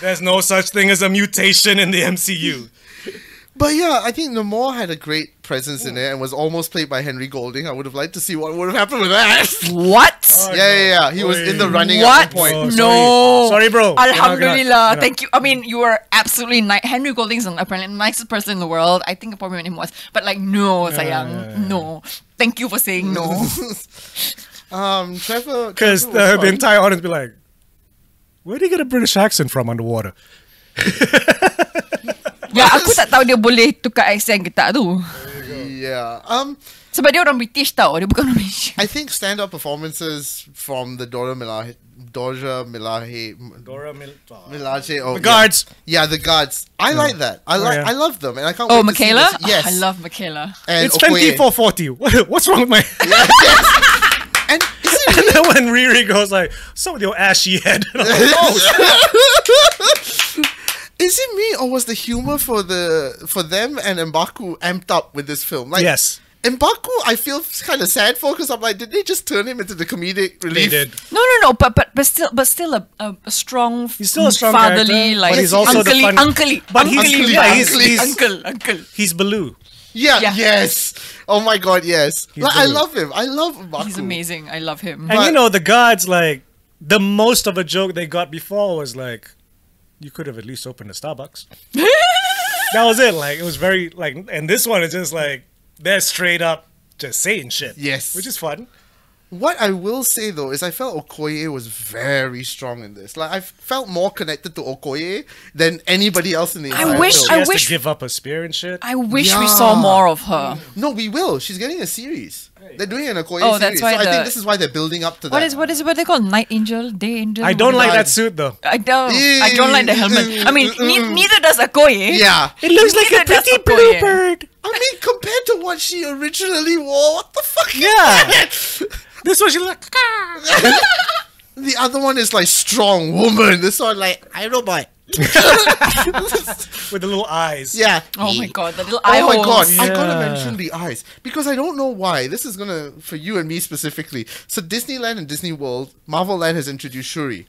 Speaker 2: There's no such thing as a mutation in the MCU.
Speaker 3: But yeah, I think Namor had a great presence in it and was almost played by Henry Golding. I would have liked to see what would have happened with that.
Speaker 1: What?
Speaker 2: Oh,
Speaker 3: yeah, yeah, yeah. He was
Speaker 2: Oi.
Speaker 3: in the running
Speaker 1: what?
Speaker 3: at one point.
Speaker 2: Oh,
Speaker 1: no.
Speaker 2: sorry. Sorry, bro. You're not gonna-
Speaker 1: Alhamdulillah.
Speaker 2: you're not-
Speaker 1: Thank you. I mean, you are absolutely nice. Henry Golding's an, apparently the nicest person in the world. I think I probably met him once. But like, no, Sayang. No. Thank you for saying no.
Speaker 3: um, Trevor. Trevor
Speaker 2: Because
Speaker 3: was
Speaker 2: the, the
Speaker 3: fun.
Speaker 2: entire audience be like, where do you get a British accent from underwater?
Speaker 1: ya, aku tak tahu dia boleh tukar accent ke tak tu.
Speaker 3: Yeah. Um,
Speaker 1: Sebab dia orang British tau. Dia bukan orang Malaysia.
Speaker 3: I think stand up performances from the Dora Milaje. Dora Milaje.
Speaker 2: Dora
Speaker 3: Milaje. Oh,
Speaker 2: The guards. Oh,
Speaker 3: Yeah, yeah the guards. I like that. I like.
Speaker 2: yeah.
Speaker 3: I love them, and I can't.
Speaker 1: Oh,
Speaker 3: wait to see
Speaker 1: Michaela?
Speaker 3: this- Yes,
Speaker 1: Oh, I love Michaela.
Speaker 3: And
Speaker 2: It's
Speaker 3: Okoye.
Speaker 2: 2440. What- What's wrong with my...
Speaker 3: Yes, yes. And isn't
Speaker 2: and then when Riri goes like, some with your ashy head. And I'm like,
Speaker 3: Oh, Is it me or was the humor for the for them and Mbaku amped up with this film? Like
Speaker 2: Yes.
Speaker 3: Mbaku, I feel kind of sad for because I'm like, did they just turn him into the comedic
Speaker 2: they
Speaker 3: relief?
Speaker 2: did.
Speaker 1: No, no, no, but but but still, but still a, a, a strong,
Speaker 2: He's still a strong
Speaker 1: fatherly,
Speaker 2: character,
Speaker 1: like
Speaker 2: but he's also
Speaker 1: uncle,
Speaker 2: the fun-
Speaker 1: uncle,
Speaker 2: but he's-
Speaker 1: uncle,
Speaker 3: yeah,
Speaker 1: uncle,
Speaker 3: he's- he's-
Speaker 1: uncle, uncle.
Speaker 2: He's Baloo.
Speaker 3: Yeah,
Speaker 1: Yeah.
Speaker 3: Yes. Oh my god. Yes.
Speaker 2: He's
Speaker 3: Like, I
Speaker 2: the-
Speaker 3: love him. I love Mbaku.
Speaker 1: He's amazing. I love him.
Speaker 2: And
Speaker 3: But-
Speaker 2: you know, the guards, like, the most of a joke they got before was like, you could have at least opened a Starbucks. that was it. Like, it was very, like, and this one is just like, they're straight up just saying shit.
Speaker 3: Yes.
Speaker 2: Which is fun.
Speaker 3: What I will say though is I felt Okoye was very strong in this. Like I felt more connected to Okoye than anybody else in the
Speaker 1: I
Speaker 3: entire
Speaker 1: wish
Speaker 3: film.
Speaker 2: She
Speaker 1: I
Speaker 2: has
Speaker 1: wish-
Speaker 2: to give up her spear and shit.
Speaker 1: I wish we
Speaker 3: Yeah.
Speaker 1: saw more of her.
Speaker 3: No, we will. She's getting a series. They're doing an Okoye
Speaker 1: Oh,
Speaker 3: series.
Speaker 1: that's
Speaker 3: so
Speaker 1: why
Speaker 3: I
Speaker 1: the-
Speaker 3: think this is why they're building up to that.
Speaker 1: What is what is what they call night angel, day angel?
Speaker 2: I don't like that
Speaker 3: Guards.
Speaker 2: suit though.
Speaker 1: I don't. I don't like the helmet. I mean, ne-
Speaker 3: Mm.
Speaker 1: neither does Okoye.
Speaker 3: Yeah.
Speaker 2: It looks like
Speaker 1: Neither
Speaker 2: a
Speaker 1: does
Speaker 2: pretty
Speaker 1: Okoye.
Speaker 2: blue bird.
Speaker 3: I mean, compared to what she originally wore, what the fuck? is
Speaker 2: Yeah.
Speaker 3: that?
Speaker 2: This one, she's like,
Speaker 3: the other one is like strong woman. This one like I don't buy.
Speaker 2: with the little eyes.
Speaker 3: Yeah.
Speaker 1: Oh my god, the little
Speaker 3: Oh
Speaker 1: eye
Speaker 3: my god!
Speaker 1: holes.
Speaker 3: I gotta
Speaker 2: Yeah.
Speaker 3: mention the eyes because I don't know why. This is gonna for you and me specifically. So Disneyland and Disney World, Marvel Land has introduced Shuri,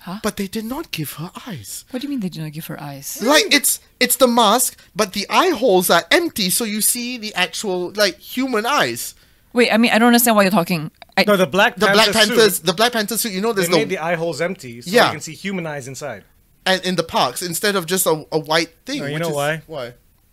Speaker 1: Huh?
Speaker 3: but they did not give her eyes.
Speaker 1: What do you mean they did not give her eyes?
Speaker 3: Like it's it's the mask, but the eye holes are empty, so you see the actual like human eyes.
Speaker 1: Wait, I mean, I don't understand why you're talking. I,
Speaker 2: No, the black
Speaker 3: The
Speaker 2: Panther
Speaker 3: Black Panthers,
Speaker 2: Suit,
Speaker 3: the Black Panther suit. You know,
Speaker 2: they
Speaker 3: there's no
Speaker 2: made the eye holes empty, so
Speaker 3: Yeah.
Speaker 2: you can see human eyes inside.
Speaker 3: and in the parks instead of just a, a white thing.
Speaker 2: No, you
Speaker 3: which
Speaker 2: know
Speaker 3: is-
Speaker 2: why?
Speaker 3: Why?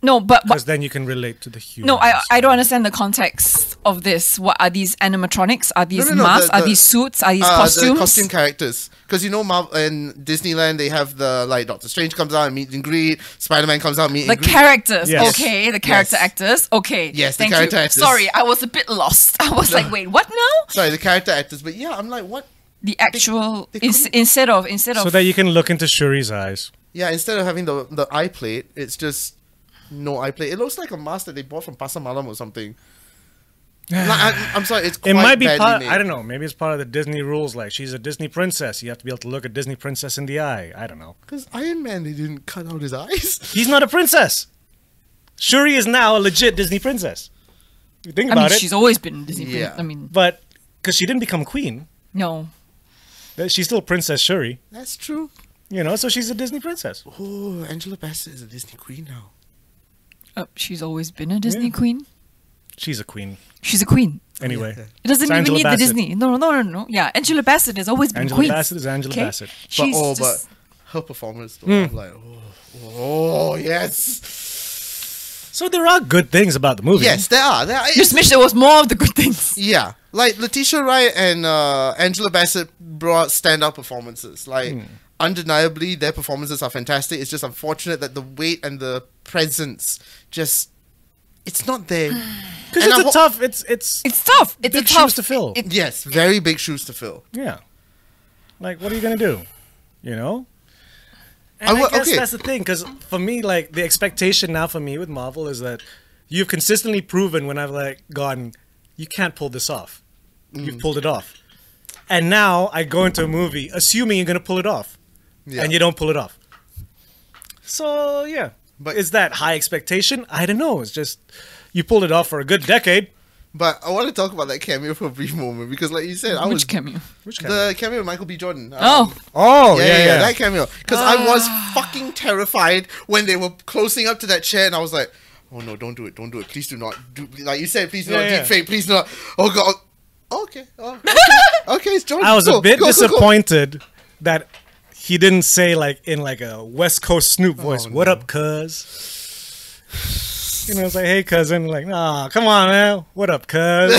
Speaker 1: no, but, but
Speaker 2: Because then you can relate to the human.
Speaker 1: no, I I don't understand the context of this. What are these animatronics? Are these
Speaker 3: no, no,
Speaker 1: masks?
Speaker 3: the-
Speaker 1: are
Speaker 3: the-
Speaker 1: these suits? Are these
Speaker 3: Uh, the
Speaker 1: costumes?
Speaker 3: costume characters, because you know, Marvel and Disneyland they have the like Doctor Strange comes out and meet and greet, Spider Man comes out meet
Speaker 1: the
Speaker 3: and greet.
Speaker 1: characters,
Speaker 2: Yes.
Speaker 1: okay. The character
Speaker 3: Yes.
Speaker 1: actors, okay.
Speaker 3: Yes, the
Speaker 1: thank
Speaker 3: character
Speaker 1: you.
Speaker 3: actors.
Speaker 1: Sorry, I was a bit lost. I was like, wait, what now?
Speaker 3: Sorry, the character actors, but yeah, I'm like, what?
Speaker 1: The actual
Speaker 3: they
Speaker 1: ins-
Speaker 3: couldn't-
Speaker 1: instead of instead
Speaker 2: So
Speaker 1: of
Speaker 2: that you can look into Shuri's eyes.
Speaker 3: Yeah, instead of having the the eye plate, it's just no iPlay. It looks like a mask that they bought from Pasar Malam or something. Like, I, am sorry, it's quite
Speaker 2: It might be
Speaker 3: badly
Speaker 2: part.
Speaker 3: made.
Speaker 2: I don't know. Maybe it's part of the Disney rules. Like she's a Disney princess. You have to be able to look a Disney princess in the eye. I don't know.
Speaker 3: Because Iron Man, they didn't cut out his eyes.
Speaker 2: He's not a princess. Shuri is now a legit Disney princess. You think
Speaker 1: I mean,
Speaker 2: about it.
Speaker 1: she's always been Disney. prin-
Speaker 3: Yeah.
Speaker 1: I mean,
Speaker 2: But because she didn't become queen,
Speaker 1: no.
Speaker 2: that- she's still Princess Shuri.
Speaker 3: That's true.
Speaker 2: You know, so she's a Disney princess.
Speaker 3: Oh, Angela Bassett is a Disney queen now.
Speaker 1: Uh, she's always been a Disney queen.
Speaker 2: She's a queen
Speaker 1: She's a queen.
Speaker 2: anyway.
Speaker 1: It doesn't
Speaker 2: It's
Speaker 1: even
Speaker 2: Angela
Speaker 1: need
Speaker 2: Bassett.
Speaker 1: the Disney. No, no, no, no. Yeah, Angela Bassett has always been
Speaker 2: Angela
Speaker 1: queen.
Speaker 2: Bassett is Angela
Speaker 1: okay?
Speaker 2: Bassett.
Speaker 3: But
Speaker 1: She's
Speaker 3: oh,
Speaker 1: just,
Speaker 3: but her performance, though,
Speaker 2: Hmm.
Speaker 3: I'm like, oh, oh, yes,
Speaker 2: So there are good things about the movie.
Speaker 3: yes, there are. There are
Speaker 1: just wish there was more of the good things.
Speaker 3: yeah, like Letitia Wright and uh, Angela Bassett brought standout performances. Like, undeniably, their performances are fantastic. It's just unfortunate that the weight and the presence just. It's not there.
Speaker 2: because
Speaker 3: And
Speaker 2: it's
Speaker 3: I
Speaker 2: a
Speaker 3: ho-
Speaker 2: tough. It's it's
Speaker 1: It's tough. It's
Speaker 2: Big
Speaker 1: a tough
Speaker 2: shoes to fill.
Speaker 1: It, it-
Speaker 3: Yes, very big shoes to fill.
Speaker 2: yeah. Like, what are you gonna do? You know. And
Speaker 3: I
Speaker 2: I
Speaker 3: wa-
Speaker 2: guess
Speaker 3: okay.
Speaker 2: that's the thing, because for me, like the expectation now for me with Marvel is that you've consistently proven when I've like gone, you can't pull this off.
Speaker 3: Mm.
Speaker 2: You've pulled it off, and now I go into a movie assuming you're gonna pull it off,
Speaker 3: Yeah.
Speaker 2: and you don't pull it off. So yeah,
Speaker 3: But-
Speaker 2: but is that high expectation? I don't know. It's just you pulled it off for a good decade.
Speaker 3: But I want to talk about that cameo for a brief moment because, like you said, I was
Speaker 1: which cameo?
Speaker 2: Which
Speaker 3: the cameo of Michael B. Jordan. Um,
Speaker 1: Oh,
Speaker 2: Oh Ah.
Speaker 3: yeah, yeah, yeah, that cameo. Because I was fucking terrified when they were closing up to that chair, and I was like, "Oh no, don't do it, don't do it, please do not do." Like you said, please do
Speaker 2: Yeah,
Speaker 3: not
Speaker 2: yeah.
Speaker 3: deep fake, please do not. Oh god. Oh, okay. Oh, okay. okay, it's Jordan.
Speaker 2: I was
Speaker 3: Cool,
Speaker 2: a bit
Speaker 3: cool, cool, cool.
Speaker 2: disappointed that he didn't say like in like a West Coast
Speaker 3: Oh,
Speaker 2: Snoop voice, "What up, cuz?" You know, it's like, "Hey, cousin," like, "Nah, come on, man, what up, cuz?"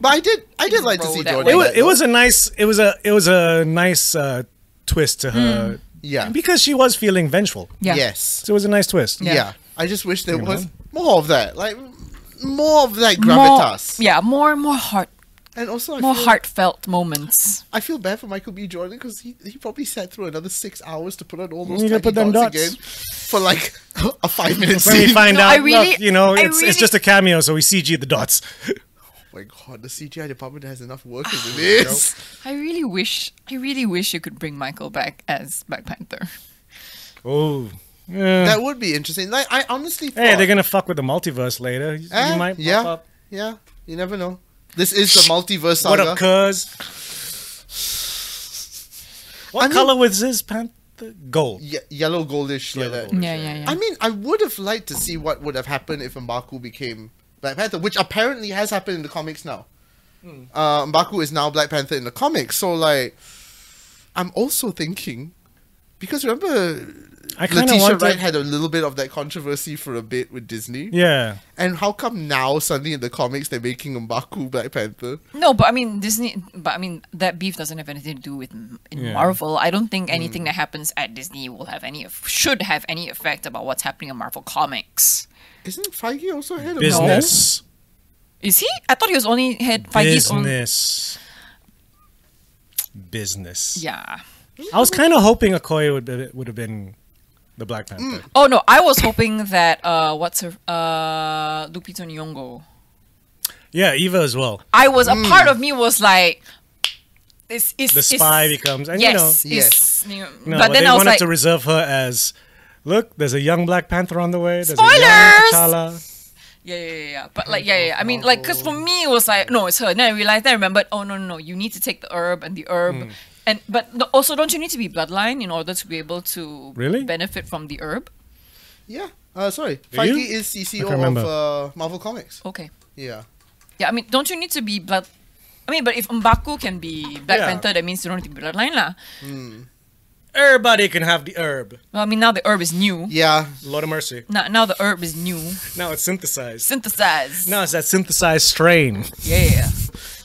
Speaker 3: But I did, I did like to
Speaker 1: Roll
Speaker 3: see
Speaker 1: that
Speaker 3: Jordan.
Speaker 1: way.
Speaker 2: it was
Speaker 3: in that,
Speaker 2: it was a nice it was a it was a nice uh, twist to her.
Speaker 3: Yeah.
Speaker 2: because she was feeling vengeful,
Speaker 1: Mm. yeah.
Speaker 3: Yes.
Speaker 2: so it was a nice twist.
Speaker 3: Yeah.
Speaker 1: Yeah.
Speaker 3: I just wish there was more of that, like more of that
Speaker 1: More,
Speaker 3: gravitas,
Speaker 1: yeah, more, more heart,
Speaker 3: and also I
Speaker 1: more
Speaker 3: feel-
Speaker 1: heartfelt moments.
Speaker 3: I feel bad for Michael B. Jordan because he, he probably sat through another six hours to put on all those
Speaker 2: You
Speaker 3: tiny
Speaker 2: gotta put them
Speaker 3: dots,
Speaker 2: dots.
Speaker 3: again for like a five minute
Speaker 2: When we
Speaker 3: scene.
Speaker 2: find
Speaker 1: No, I
Speaker 2: out,
Speaker 1: really-
Speaker 2: look, you know,
Speaker 1: I
Speaker 2: it's, it's
Speaker 1: really-
Speaker 2: just a cameo, so we CG the dots.
Speaker 3: oh my god, the CGI department has enough work as it is.
Speaker 1: I really wish, I really wish you could bring Michael back as Black Panther.
Speaker 2: oh, yeah.
Speaker 3: That would be interesting. Like I honestly thought,
Speaker 2: hey, they're gonna fuck with the multiverse later. You,
Speaker 3: Eh,
Speaker 2: you might pop
Speaker 3: yeah,
Speaker 2: up.
Speaker 3: yeah. You never know. This is the multiverse
Speaker 2: What
Speaker 3: saga.
Speaker 2: up, cuz? What
Speaker 3: I mean-
Speaker 2: color was his panther? Gold.
Speaker 3: Ye- yellow goldish like
Speaker 2: Yellow
Speaker 3: that.
Speaker 2: goldish.
Speaker 1: Yeah, yeah, yeah.
Speaker 3: I mean, I would have liked to see what would have happened if Mbaku became Black Panther, which apparently has happened in the comics now.
Speaker 2: Hmm.
Speaker 3: Uh, Mbaku is now Black Panther in the comics, so like, I'm also thinking because remember,
Speaker 2: I kind of
Speaker 3: Letitia
Speaker 2: wanted.
Speaker 3: Wright had a little bit of that controversy for a bit with Disney,
Speaker 2: yeah,
Speaker 3: and how come now suddenly in the comics they're making Mbaku Black Panther?
Speaker 1: No, but I mean Disney. But I mean that beef doesn't have anything to do with m- in
Speaker 2: Yeah. Mm.
Speaker 1: Marvel. I don't think anything that happens at Disney will have any eff- should have any effect about what's happening in Marvel Comics.
Speaker 3: Isn't Feige also head of
Speaker 2: business.
Speaker 1: Is he? I thought he was only had Feige's only.
Speaker 2: Business. Business.
Speaker 1: Yeah.
Speaker 2: I was kind of hoping Okoye would be, would have been the Black
Speaker 3: Mm.
Speaker 2: Panther.
Speaker 1: Oh no, I was hoping that uh, what's her uh, Lupita Nyong'o.
Speaker 2: Yeah, Eva as well.
Speaker 1: I was a part of me was like, it's it's
Speaker 2: Mm. The
Speaker 1: it's-
Speaker 2: spy becomes, and
Speaker 1: yes,
Speaker 2: you know,
Speaker 1: yes.
Speaker 2: no,
Speaker 1: but, then
Speaker 2: they
Speaker 1: I was
Speaker 2: wanted
Speaker 1: like,
Speaker 2: to reserve her as. Look, there's a young Black Panther on the way. There's a
Speaker 1: Spoilers!
Speaker 2: young T'Challa.
Speaker 1: Yeah, yeah, yeah, yeah. But like, yeah, yeah. yeah. I mean, like, cause for me it was like, no, it's her. And then I realized, then I remembered, oh no, no, no, you need to take the herb and the herb,
Speaker 2: Hmm.
Speaker 1: and but no- also don't you need to be bloodline in order to be able to
Speaker 2: Really?
Speaker 1: benefit from the herb?
Speaker 3: Yeah, uh, sorry,
Speaker 2: Are you?
Speaker 3: Feige is CCO
Speaker 2: I can't remember.
Speaker 3: of uh, Marvel Comics.
Speaker 1: Okay.
Speaker 3: Yeah,
Speaker 1: Yeah, I mean, don't you need to be blood? I mean, but if Mbaku can be Black
Speaker 2: Yeah.
Speaker 1: Panther, that means you don't need to be bloodline, lah.
Speaker 2: Everybody can have the herb.
Speaker 1: Well, I mean, now the herb is new.
Speaker 3: yeah.
Speaker 2: Lord of mercy.
Speaker 1: Now, now the herb is new,
Speaker 2: Now it's synthesized.
Speaker 1: synthesized.
Speaker 2: Now it's that synthesized strain.
Speaker 1: Yeah, yeah. yeah.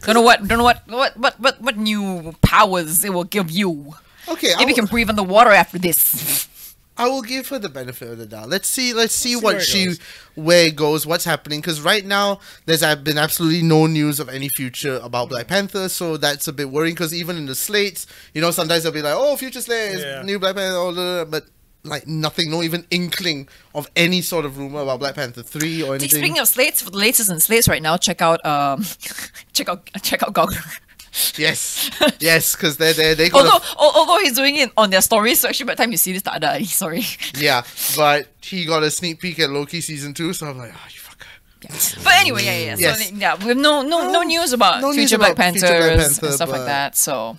Speaker 1: don't know what, don't know what, what, what, what, what new powers it will give you.
Speaker 3: Okay, I
Speaker 1: Maybe you
Speaker 3: will-
Speaker 1: can breathe on the water after this.
Speaker 3: I will give her the benefit of the doubt. Let's see. Let's see
Speaker 2: see
Speaker 3: what
Speaker 2: where it
Speaker 3: she
Speaker 2: goes.
Speaker 3: where it goes. What's happening? Because right now there's a- been absolutely no news of any future about Black Panther, so that's a bit worrying. Because even in the slates, you know, sometimes they'll be like, "Oh, future slate is
Speaker 2: Yeah.
Speaker 3: new Black Panther," oh, blah, blah, blah, but like nothing, no even inkling of any sort of rumor about Black Panther three or anything.
Speaker 1: Speaking of slates, for the latest in slates right now, check out um, check out check out Goggle.
Speaker 3: yes, yes, because they're they they got a-
Speaker 1: although al- although he's doing it on their stories, so actually by the time you see this, tak ada already, sorry.
Speaker 3: yeah, but he got a sneak peek at Loki season two, so I'm like, oh, you fucker.
Speaker 1: Yeah. But anyway, yeah, yeah. So
Speaker 3: Yes.
Speaker 1: yeah, we have no no no news about
Speaker 3: no news
Speaker 1: future, Black
Speaker 3: about
Speaker 1: Panthers
Speaker 3: future Black Panther,
Speaker 1: and stuff
Speaker 3: but-
Speaker 1: like that. So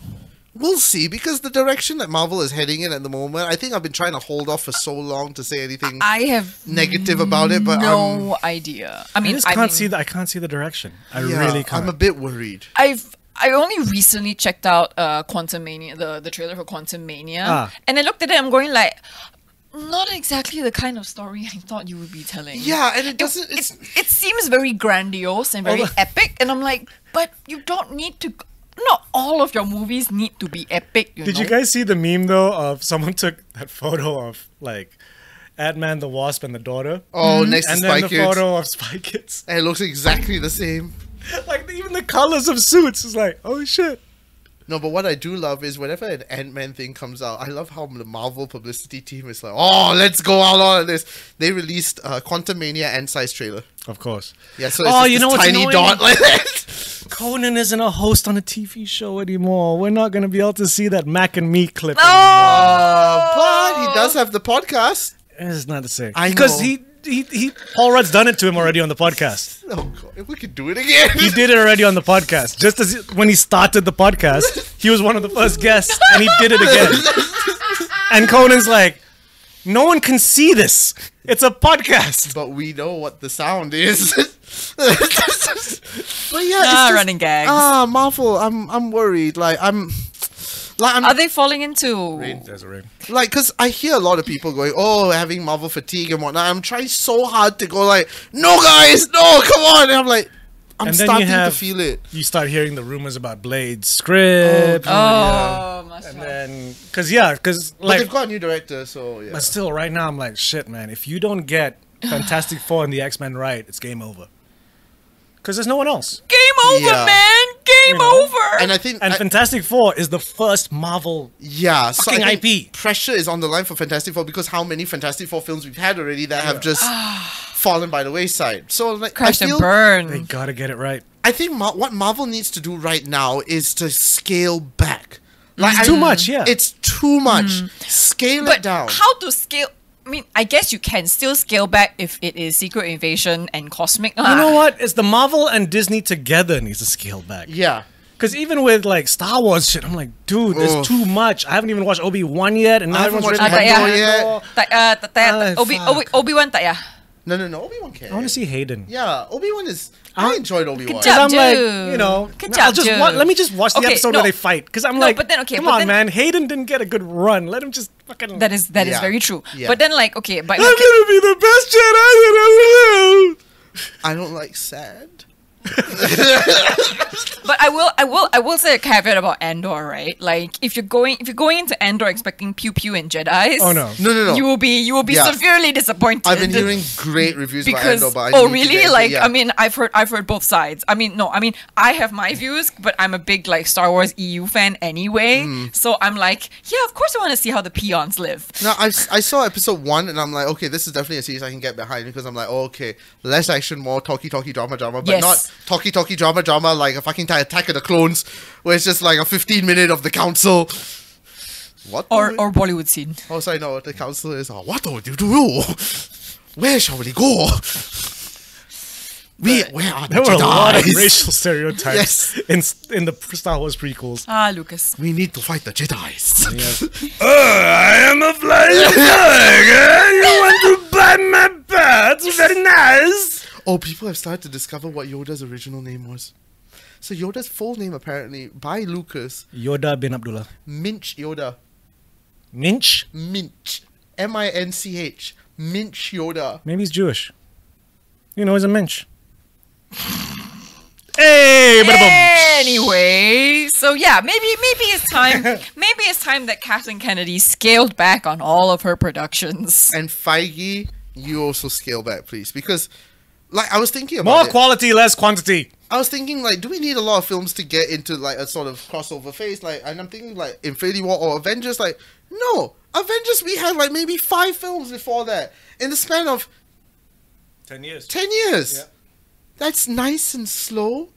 Speaker 3: We'll see because the direction that Marvel is heading in at the moment, I think I've been trying to hold off for so long to say anything
Speaker 1: I have
Speaker 3: negative about it, but I'm,
Speaker 1: no idea. I
Speaker 2: I
Speaker 1: mean,
Speaker 2: just
Speaker 1: I,
Speaker 2: can't
Speaker 1: mean,
Speaker 2: see the I can't see the direction. I
Speaker 3: yeah,
Speaker 2: really can't.
Speaker 3: I'm a bit worried.
Speaker 1: I've I only recently checked out uh Quantum Mania, the the trailer for Quantum Mania,
Speaker 2: Ah.
Speaker 1: and I looked at it. I'm going like, not exactly the kind of story I thought you would be telling.
Speaker 3: Yeah, and it doesn't. It's
Speaker 1: it, it seems very grandiose and very
Speaker 2: Although-
Speaker 1: epic, and I'm like, but you don't need to. Not all of your movies need to be epic. You
Speaker 2: Did
Speaker 1: know?
Speaker 2: you guys see the meme though of someone took that photo of like Ant Man the Wasp and the daughter?
Speaker 3: oh, next to
Speaker 2: Mm-hmm. and then
Speaker 3: Spy
Speaker 2: the
Speaker 3: Kids,
Speaker 2: photo of Spy Kids.
Speaker 3: and it looks exactly the same.
Speaker 2: like even the colors of suits is like, oh shit.
Speaker 3: No, but what I do love is whenever an Ant Man thing comes out, I love how the Marvel publicity team is like, "Oh, let's go out on this." They released uh, Quantum Mania Ant size trailer.
Speaker 2: Of course.
Speaker 3: Yeah, so it's
Speaker 2: Oh,
Speaker 3: just
Speaker 2: you
Speaker 3: this
Speaker 2: know what's
Speaker 3: tiny dot
Speaker 2: annoying?
Speaker 3: like that.
Speaker 2: Conan isn't a host on a TV show anymore. We're not gonna be able to see that Mac and Me clip.
Speaker 3: But he does have the podcast.
Speaker 2: anymore. It's not the same.
Speaker 3: I
Speaker 2: because
Speaker 3: know.
Speaker 2: he he he Paul Rudd's done it to him already on the podcast.
Speaker 3: Oh god, if we could do it again.
Speaker 2: He did it already on the podcast. Just as he- when he started the podcast, he was one of the first guests, and he did it again. And Conan's like, "No one can see this. It's a podcast."
Speaker 3: but we know what the sound is. but yeah, it's
Speaker 1: Ah,
Speaker 3: just-
Speaker 1: running gags.
Speaker 3: Ah, Marvel, I'm I'm worried. Like I'm, like I'm
Speaker 1: Are they falling into?
Speaker 2: There's a ring.
Speaker 3: like because I hear a lot of people going, "Oh, having Marvel fatigue and whatnot." I'm trying so hard to go like, "No, guys, no, come on!" And I'm like, I'm
Speaker 2: And then you
Speaker 3: starting
Speaker 2: have-
Speaker 3: to feel it.
Speaker 2: You start hearing the rumors about Blade's script,
Speaker 1: Oh, my
Speaker 2: and
Speaker 1: God.
Speaker 2: then because yeah, because
Speaker 3: But
Speaker 2: like,
Speaker 3: they've got a new director, so yeah.
Speaker 2: but still, right now I'm like, shit, man. If you don't get Fantastic Four and the X Men right, it's game over. Because there's no one else.
Speaker 1: game over,
Speaker 3: Yeah.
Speaker 1: man. Game
Speaker 2: You know?
Speaker 1: over.
Speaker 3: And I think,
Speaker 2: And
Speaker 3: I-
Speaker 2: Fantastic Four is the first Marvel
Speaker 3: yeah, so I
Speaker 2: fucking
Speaker 3: think
Speaker 2: IP.
Speaker 3: pressure is on the line for Fantastic Four because how many Fantastic Four films we've had already that have just fallen by the wayside. So like,
Speaker 1: Crash
Speaker 3: I
Speaker 1: and
Speaker 3: feel,
Speaker 2: They
Speaker 3: Mm.
Speaker 1: burn.
Speaker 2: gotta get it right.
Speaker 3: I think Mar- what Marvel needs to do right now is to scale back. Like
Speaker 2: It's too much, yeah.
Speaker 3: It's too much. Scale
Speaker 1: Mm.
Speaker 3: it
Speaker 1: But
Speaker 3: down.
Speaker 1: how to scale? I mean, I guess you can still scale back if it is Secret Invasion and Cosmic.
Speaker 2: You know what? It's the Marvel and Disney together needs to scale back.
Speaker 3: yeah.
Speaker 2: Because even with like Star Wars shit, I'm like, dude, there's
Speaker 3: Oof.
Speaker 2: too much. I haven't even watched Obi Wan yet, and
Speaker 3: I
Speaker 2: now
Speaker 3: haven't
Speaker 2: everyone's
Speaker 3: watched
Speaker 2: really
Speaker 1: Andor
Speaker 2: hyped
Speaker 3: yet.
Speaker 2: up.
Speaker 1: Ah, Tak, uh, tak, tak, tak,
Speaker 2: Oh,
Speaker 1: Obi, Obi, Obi Wan tak ya?
Speaker 3: No, no, no. Obi Wan can.
Speaker 2: I want to see Hayden.
Speaker 3: Yeah, Obi Wan is. I enjoyed Obi
Speaker 1: job.
Speaker 3: Wan.
Speaker 2: Because I'm like,
Speaker 1: dude.
Speaker 2: you know,
Speaker 1: Good
Speaker 2: no, I'll
Speaker 1: job,
Speaker 2: just
Speaker 1: dude.
Speaker 2: wa- let me just watch the
Speaker 1: Okay,
Speaker 2: episode
Speaker 1: no.
Speaker 2: where they fight. Because I'm
Speaker 1: No,
Speaker 2: like,
Speaker 1: but then, okay,
Speaker 2: come
Speaker 1: but
Speaker 2: on,
Speaker 1: then-
Speaker 2: man, Hayden didn't get a good run. Let him just fucking.
Speaker 1: That is that is
Speaker 3: Yeah.
Speaker 1: very true.
Speaker 3: Yeah.
Speaker 1: But then like okay, but
Speaker 2: I'm gonna be the best Jedi that ever lived.
Speaker 3: I don't like sad.
Speaker 1: but I will I will I will say a caveat about Andor, right? Like if you're going if you're going into Andor expecting pew pew and Jedi's,
Speaker 2: Oh, no.
Speaker 3: No, no, no.
Speaker 1: you will be you will be
Speaker 3: Yeah.
Speaker 1: severely disappointed.
Speaker 3: I've been hearing great reviews
Speaker 1: because
Speaker 3: about Andor, but I
Speaker 1: oh
Speaker 3: need to get
Speaker 1: really
Speaker 3: into-
Speaker 1: like
Speaker 3: yeah.
Speaker 1: i mean i've heard i've heard both sides i mean no i mean i have my views but i'm a big like star wars eu fan anyway
Speaker 3: Mm.
Speaker 1: so i'm like yeah of course i want to see how the peons live
Speaker 3: No, I, s- I saw episode one and I'm like, okay, this is definitely a series I can get behind because I'm like, oh, okay, less action, more talky talky drama drama, but
Speaker 1: Yes.
Speaker 3: not talky talky drama drama like a fucking t- Attack of the Clones, where it's just like a 15 minute of the council. What? the
Speaker 1: or
Speaker 3: way-
Speaker 1: or bollywood scene
Speaker 3: oh, sorry, no, the council is oh, what do you do? Where shall we go? We where are the
Speaker 2: There were a lot of
Speaker 3: Jedis?
Speaker 2: racial stereotypes
Speaker 3: Yes.
Speaker 2: in s- in the Star Wars prequels.
Speaker 1: ah lucas
Speaker 3: We need to fight the Jedi's.
Speaker 2: Oh, I am a flying tiger. You want to buy my birds? Very nice.
Speaker 3: Oh, people have started to discover what Yoda's original name was. So Yoda's full name, apparently, by Lucas,
Speaker 2: Yoda bin Abdullah.
Speaker 3: Minch Yoda.
Speaker 2: Minch?
Speaker 3: Minch. M-I-N-C-H. Minch Yoda.
Speaker 2: Maybe he's Jewish. You know, he's a minch. hey, bada
Speaker 1: anyway so yeah maybe maybe it's time maybe it's time that kathleen kennedy scaled back on all of her productions
Speaker 3: And Feige, you also scale back, please. Because, like, I was thinking
Speaker 2: boom. More
Speaker 3: about it.
Speaker 2: quality, less quantity.
Speaker 3: I was thinking like, do we need a lot of films to get into like a sort of crossover phase? Like, and I'm thinking like Infinity War or Avengers. Like, no, Avengers we had like maybe five films before that in the span of
Speaker 2: Ten years.
Speaker 3: ten years.
Speaker 2: Yeah.
Speaker 3: That's nice and slow.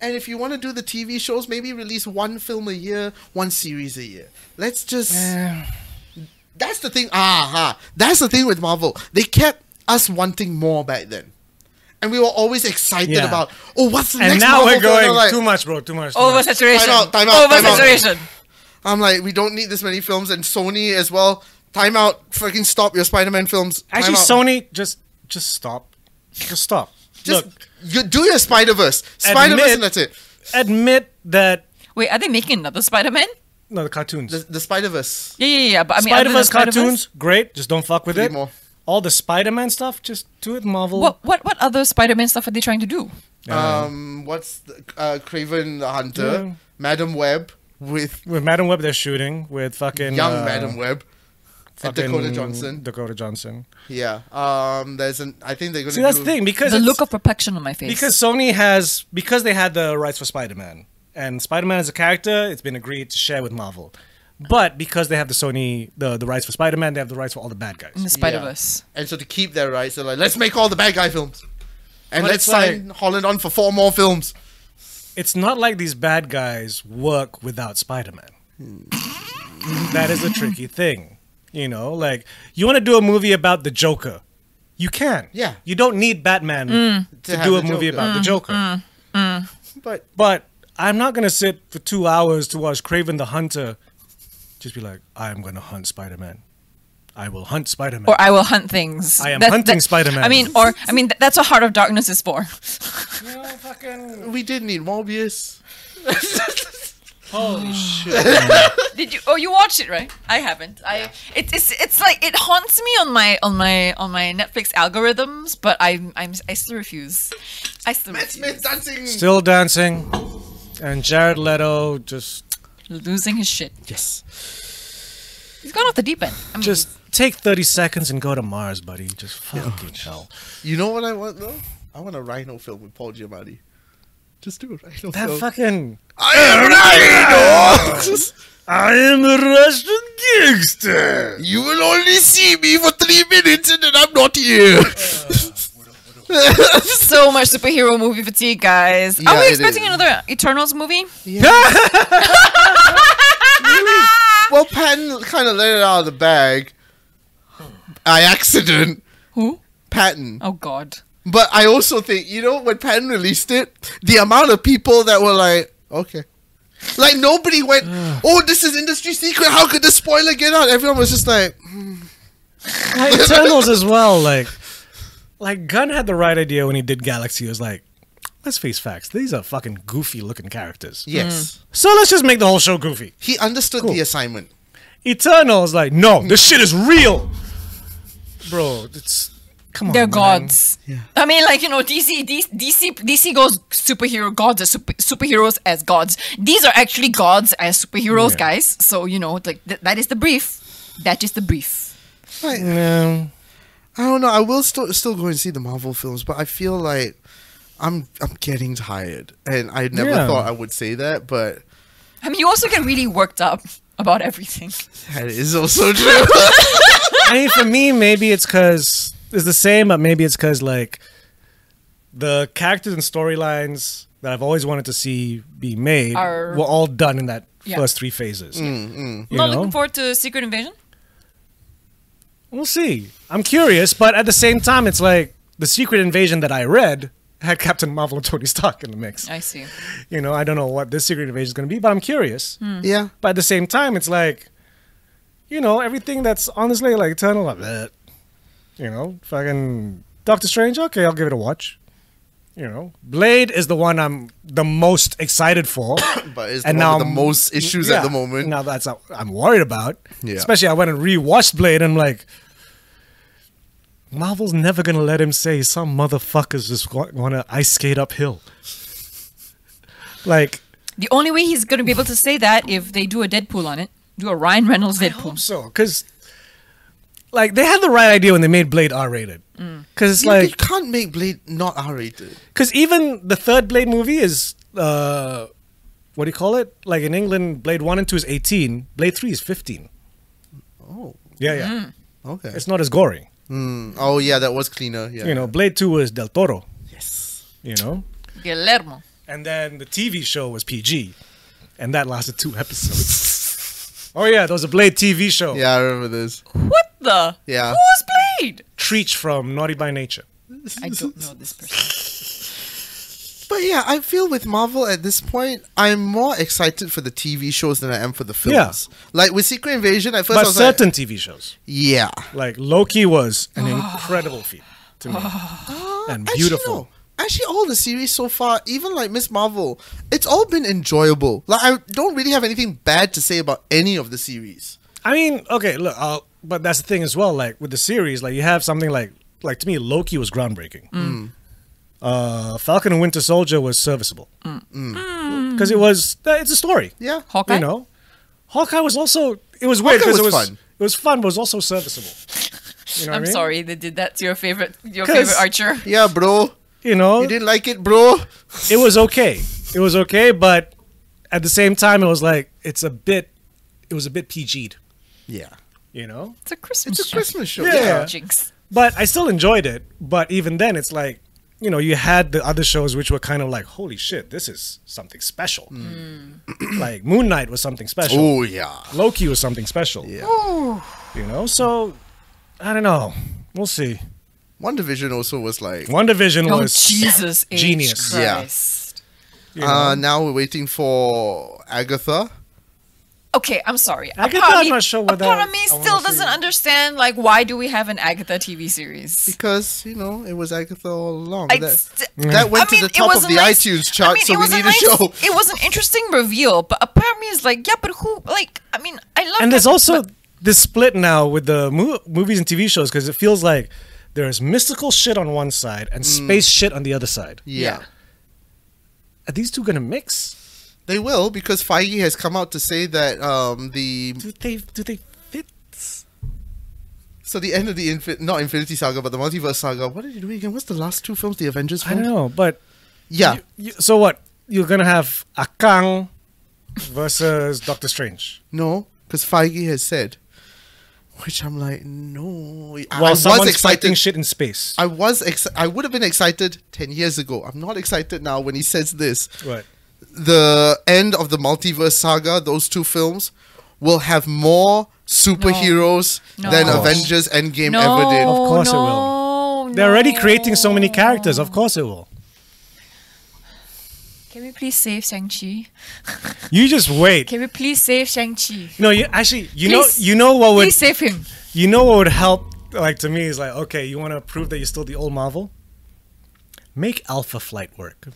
Speaker 3: And if you want to do the TV shows, maybe release one film a year, one series a year. Let's just. That's the thing. Aha. That's the thing with Marvel. They kept us wanting more back then. And we were always excited
Speaker 2: Yeah.
Speaker 3: about, oh, what's the
Speaker 2: And
Speaker 3: next
Speaker 2: now
Speaker 3: Marvel
Speaker 2: we're
Speaker 3: film? And
Speaker 2: going
Speaker 3: I'm like,
Speaker 2: too much, bro. Too much. Too much.
Speaker 1: Oversaturation.
Speaker 3: Time out, time out, time out.
Speaker 1: Oversaturation.
Speaker 3: I'm like, we don't need this many films. And Sony as well. Time out. Fucking stop your Spider Man films. Time
Speaker 2: Actually,
Speaker 3: out.
Speaker 2: Sony, just just stop, just stop.
Speaker 3: Just
Speaker 2: Look,
Speaker 3: you do your Spider Verse. Spider Verse,
Speaker 2: admit-
Speaker 3: and that's it.
Speaker 2: admit that
Speaker 1: Wait, are they making another Spider-Man?
Speaker 2: no, the cartoons,
Speaker 3: The, the Spider Verse.
Speaker 1: Yeah, yeah, yeah. But I mean, other
Speaker 2: Spider
Speaker 1: than
Speaker 2: Verse
Speaker 1: Spider-Verse-
Speaker 2: cartoons, great. Just don't fuck with
Speaker 3: Three
Speaker 2: it.
Speaker 3: more.
Speaker 2: All the Spider Man stuff, just do it. Marvel.
Speaker 1: What, what, what other Spider-Man stuff are they trying to do?
Speaker 3: Um, what's the, uh, Craven the Hunter,
Speaker 2: Yeah.
Speaker 3: Madam Web with
Speaker 2: With Madam Web, they're shooting with fucking
Speaker 3: young
Speaker 2: uh,
Speaker 3: Madam Web, and
Speaker 2: fucking
Speaker 3: Dakota Johnson.
Speaker 2: Dakota Johnson.
Speaker 3: Yeah. Um, there's an. I think they're gonna.
Speaker 2: See, that's
Speaker 3: do-
Speaker 2: the thing because
Speaker 1: The
Speaker 2: it's-
Speaker 1: look of perfection on my face.
Speaker 2: because Sony has because they had the rights for Spider-Man and Spider-Man as a character, it's been agreed to share with Marvel. But because they have the Sony the, the rights for Spider-Man, they have the rights for all the bad guys.
Speaker 1: in the
Speaker 3: Yeah.
Speaker 1: Spider-Verse.
Speaker 3: And so to keep their rights, they're like, let's make all the bad guy films, and
Speaker 2: But
Speaker 3: let's
Speaker 2: it's like-
Speaker 3: sign Holland on for four more films.
Speaker 2: It's not like these bad guys work without Spider-Man. that is a tricky thing. You know, like you want to do a movie about the Joker. You can.
Speaker 3: Yeah.
Speaker 2: You don't need Batman to,
Speaker 3: have
Speaker 2: do a
Speaker 3: the
Speaker 2: movie
Speaker 3: Joker.
Speaker 2: about the Joker.
Speaker 3: But
Speaker 2: But I'm not gonna sit for two hours to watch Craven the Hunter. Just be like, I am gonna hunt Spider Man. I will hunt Spider Man.
Speaker 1: Or I will hunt things.
Speaker 2: I am hunting Spider-Man.
Speaker 1: I mean, or I mean, th- that's what Heart of Darkness is for.
Speaker 3: we did need Morbius.
Speaker 2: Holy shit!
Speaker 1: Did you? Oh, you watched it, right? I haven't. I it, it's it's like it haunts me on my on my on my Netflix algorithms, but I'm I'm I still refuse. I still
Speaker 3: Matt
Speaker 1: refuse.
Speaker 3: Smith dancing.
Speaker 2: Still dancing, and Jared Leto just
Speaker 1: losing his shit.
Speaker 3: Yes.
Speaker 1: He's gone off the deep end. I mean,
Speaker 2: just take thirty seconds and go to Mars, buddy. Just fucking hell.
Speaker 3: You know what I want though? I want a Rhino film with Paul Giamatti. Just do a Rhino
Speaker 2: That
Speaker 3: film.
Speaker 2: fucking.
Speaker 3: I am Rhino. Just-
Speaker 2: I am a Russian gangster.
Speaker 3: You will only see me for three minutes and then I'm not here.
Speaker 1: so much superhero movie fatigue, guys.
Speaker 3: Yeah,
Speaker 1: Are we
Speaker 3: it
Speaker 1: expecting
Speaker 3: is.
Speaker 1: another Eternals movie?
Speaker 3: well, Patton kind of let it out of the bag. I accident.
Speaker 1: Who?
Speaker 3: Patton.
Speaker 1: Oh God.
Speaker 3: But I also think, you know, when Patton released it, the amount of people that were like, okay. Like nobody went, oh, this is industry secret. How could this spoiler get out? Everyone was just like,
Speaker 2: like Eternals as well. Like, like Gunn had the right idea when he did Galaxy. He was like, let's face facts. These are fucking goofy looking characters.
Speaker 3: yes.
Speaker 2: So let's just make the whole show goofy.
Speaker 3: He understood the assignment.
Speaker 2: Eternals, like, no, this shit is real, bro. It's come on.
Speaker 1: They're
Speaker 2: Oh, man.
Speaker 1: gods. I mean, like you know, DC, DC, DC, DC goes superhero gods as super, superheroes as gods. These are actually gods as superheroes,
Speaker 2: Yeah.
Speaker 1: guys. So you know, like th- that is the brief. That is the brief.
Speaker 2: No.
Speaker 3: I don't know. I will still still go and see the Marvel films, but I feel like I'm I'm getting tired, and I never
Speaker 2: Yeah.
Speaker 3: thought I would say that, but
Speaker 1: I mean, you also get really worked up about everything.
Speaker 3: that is also true.
Speaker 2: I mean, for me, maybe it's because it's the same, but maybe it's because like the characters and storylines that I've always wanted to see be made
Speaker 1: Are-
Speaker 2: were all done in that
Speaker 1: Yeah.
Speaker 2: first three phases. You
Speaker 1: Not
Speaker 2: know?
Speaker 1: looking forward to Secret Invasion.
Speaker 2: We'll see. I'm curious, but at the same time, it's like the Secret Invasion that I read had Captain Marvel and Tony Stark in the mix.
Speaker 1: I see.
Speaker 2: You know, I don't know what this Secret Invasion is going to be, but I'm curious.
Speaker 1: Hmm.
Speaker 3: yeah,
Speaker 2: But at the same time, it's like, you know, everything that's honestly like Eternal, like that. You know, fucking Doctor Strange. Okay, I'll give it a watch. You know, Blade is the one I'm the most excited for,
Speaker 3: But it's the one with the
Speaker 2: I'm-
Speaker 3: most issues at the moment.
Speaker 2: Now that's what I'm worried about.
Speaker 3: Yeah.
Speaker 2: Especially I went and rewatched Blade, and I'm like, Marvel's never gonna let him say some motherfuckers just wa- wanna ice skate uphill. Like,
Speaker 1: The only way he's going to be able to say that if they do a Deadpool on it, do a Ryan Reynolds
Speaker 2: hope
Speaker 1: Deadpool.
Speaker 2: so because like they had the right idea when they made Blade R rated. Because it's
Speaker 3: Mm. You- you
Speaker 2: like
Speaker 3: can't make Blade not R rated.
Speaker 2: because even the third Blade movie is uh, what do you call it? Like in England, Blade One and Two is eighteen, Blade Three is fifteen.
Speaker 3: Oh,
Speaker 2: Yeah, yeah,
Speaker 3: okay.
Speaker 2: it's not as gory.
Speaker 3: Mm, oh yeah, that was cleaner. Yeah.
Speaker 2: You know, Blade Two was Del Toro.
Speaker 3: Yes.
Speaker 2: You know,
Speaker 1: Guillermo.
Speaker 2: and then the TV show was PG, and that lasted two episodes. oh yeah, there was a Blade TV show.
Speaker 3: Yeah, I remember this.
Speaker 1: What the?
Speaker 3: Yeah.
Speaker 1: Who was Blade?
Speaker 2: Treach from Naughty by Nature.
Speaker 1: I don't know this person.
Speaker 3: But yeah, I feel with Marvel at this point, I'm more excited for the TV shows than I am for the films. Like with Secret Invasion, at first I
Speaker 2: But
Speaker 3: was
Speaker 2: certain
Speaker 3: like,
Speaker 2: TV shows,
Speaker 3: yeah,
Speaker 2: like Loki, was an
Speaker 1: Ah.
Speaker 2: incredible feat to me, and
Speaker 3: Actually,
Speaker 2: beautiful.
Speaker 3: no. Actually, all the series so far, even like Miss Marvel, it's all been enjoyable. Like I don't really have anything bad to say about any of the series.
Speaker 2: I mean, okay, look, i but that's the thing as well. Like with the series, like you have something like, like to me, Loki was
Speaker 1: Mm.
Speaker 2: groundbreaking.
Speaker 3: Mm.
Speaker 2: Uh, Falcon and Winter Soldier was serviceable because it was uh, it's a story.
Speaker 3: Mm. Yeah.
Speaker 1: Mm. Hawkeye?
Speaker 2: you know, Hawkeye was also it was weird
Speaker 3: Hawkeye
Speaker 2: because it
Speaker 3: was
Speaker 2: was
Speaker 3: fun.
Speaker 2: it was fun, but it was also serviceable. You know what I
Speaker 1: I'm
Speaker 2: mean?
Speaker 1: sorry they did that to your favorite your
Speaker 2: 'Cause-
Speaker 1: favorite archer.
Speaker 3: Yeah, bro.
Speaker 2: You know,
Speaker 3: You didn't like it, bro.
Speaker 2: it was okay. It was okay, but at the same time, it was like it's a bit, it was a bit PG'd.
Speaker 3: Yeah.
Speaker 2: You know,
Speaker 1: It's a Christmas.
Speaker 3: It's a
Speaker 1: show.
Speaker 3: Christmas show.
Speaker 2: Yeah.
Speaker 3: yeah.
Speaker 1: Jinx.
Speaker 2: But I still enjoyed it. But even then, it's like, you know, you had the other shows which were kind of like, holy shit, this is something special.
Speaker 3: Mm.
Speaker 2: like Moon Knight was something special.
Speaker 3: Oh yeah.
Speaker 2: Loki was something special.
Speaker 3: Yeah.
Speaker 2: You know, so I don't know. We'll see.
Speaker 3: One Division also was like
Speaker 2: One Division
Speaker 1: Oh
Speaker 2: was
Speaker 1: Jesus! H.
Speaker 2: genius.
Speaker 3: Yeah.
Speaker 1: Christ.
Speaker 2: you know.
Speaker 3: Uh, now we're waiting for Agatha.
Speaker 1: Okay, I'm sorry. A
Speaker 2: Agatha,
Speaker 1: part of
Speaker 2: I'm
Speaker 1: me-
Speaker 2: not sure
Speaker 1: a
Speaker 2: whether
Speaker 1: part of me
Speaker 2: I wanna
Speaker 1: still
Speaker 2: see
Speaker 1: doesn't
Speaker 2: it.
Speaker 1: understand like why do we have an Agatha TV series?
Speaker 3: Because you know it was Agatha all along.
Speaker 1: I
Speaker 3: that,
Speaker 1: st-
Speaker 3: that went to the
Speaker 1: it
Speaker 3: top of
Speaker 1: was a
Speaker 3: the
Speaker 1: nice-
Speaker 3: iTunes chart,
Speaker 1: I mean,
Speaker 3: so
Speaker 1: it
Speaker 3: we
Speaker 1: was
Speaker 3: need a
Speaker 1: nice-
Speaker 3: show.
Speaker 1: It was an interesting reveal, but apparently it's like, yeah, but who? Like, I mean, I love.
Speaker 2: and there's
Speaker 1: Agatha,
Speaker 2: also
Speaker 1: but
Speaker 2: this split now with the mo- movies and TV shows because it feels like there's mystical shit on one side and space shit on the other side.
Speaker 3: Mm. Yeah.
Speaker 2: Are these two gonna mix?
Speaker 3: they will because Feige has come out to say that um, the
Speaker 2: Do they do they fit?
Speaker 3: so the end of the infin- not Infinity Saga but the Multiverse Saga. What did you do again? What's the last two films? The Avengers.
Speaker 2: I
Speaker 3: Film?
Speaker 2: don't know, but
Speaker 3: Yeah,
Speaker 2: you, so what? You're gonna have Akang versus Doctor Strange.
Speaker 3: no, because Feige has said, which I'm like, no. I-
Speaker 2: While
Speaker 3: I was
Speaker 2: someone's fighting
Speaker 3: excited.
Speaker 2: shit in space.
Speaker 3: I was ex- I would have been excited ten years ago. I'm not excited now when he says this.
Speaker 2: Right.
Speaker 3: the end of the multiverse saga, those two films, will have more superheroes
Speaker 1: No.
Speaker 3: than
Speaker 1: No.
Speaker 3: Avengers Endgame
Speaker 1: no,
Speaker 3: ever did.
Speaker 1: Of
Speaker 2: course it
Speaker 1: no,
Speaker 2: will.
Speaker 1: No.
Speaker 2: They're already creating so many characters. Of course it will.
Speaker 1: Can we please save Shang Chi?
Speaker 2: You just wait.
Speaker 1: Can we please save Shang Chi?
Speaker 2: No, you actually. You
Speaker 1: Please-
Speaker 2: know. You know what would.
Speaker 1: Please save him.
Speaker 2: You know what would help, like to me, is like, okay, you want to prove that you're still the old Marvel? Make Alpha Flight work.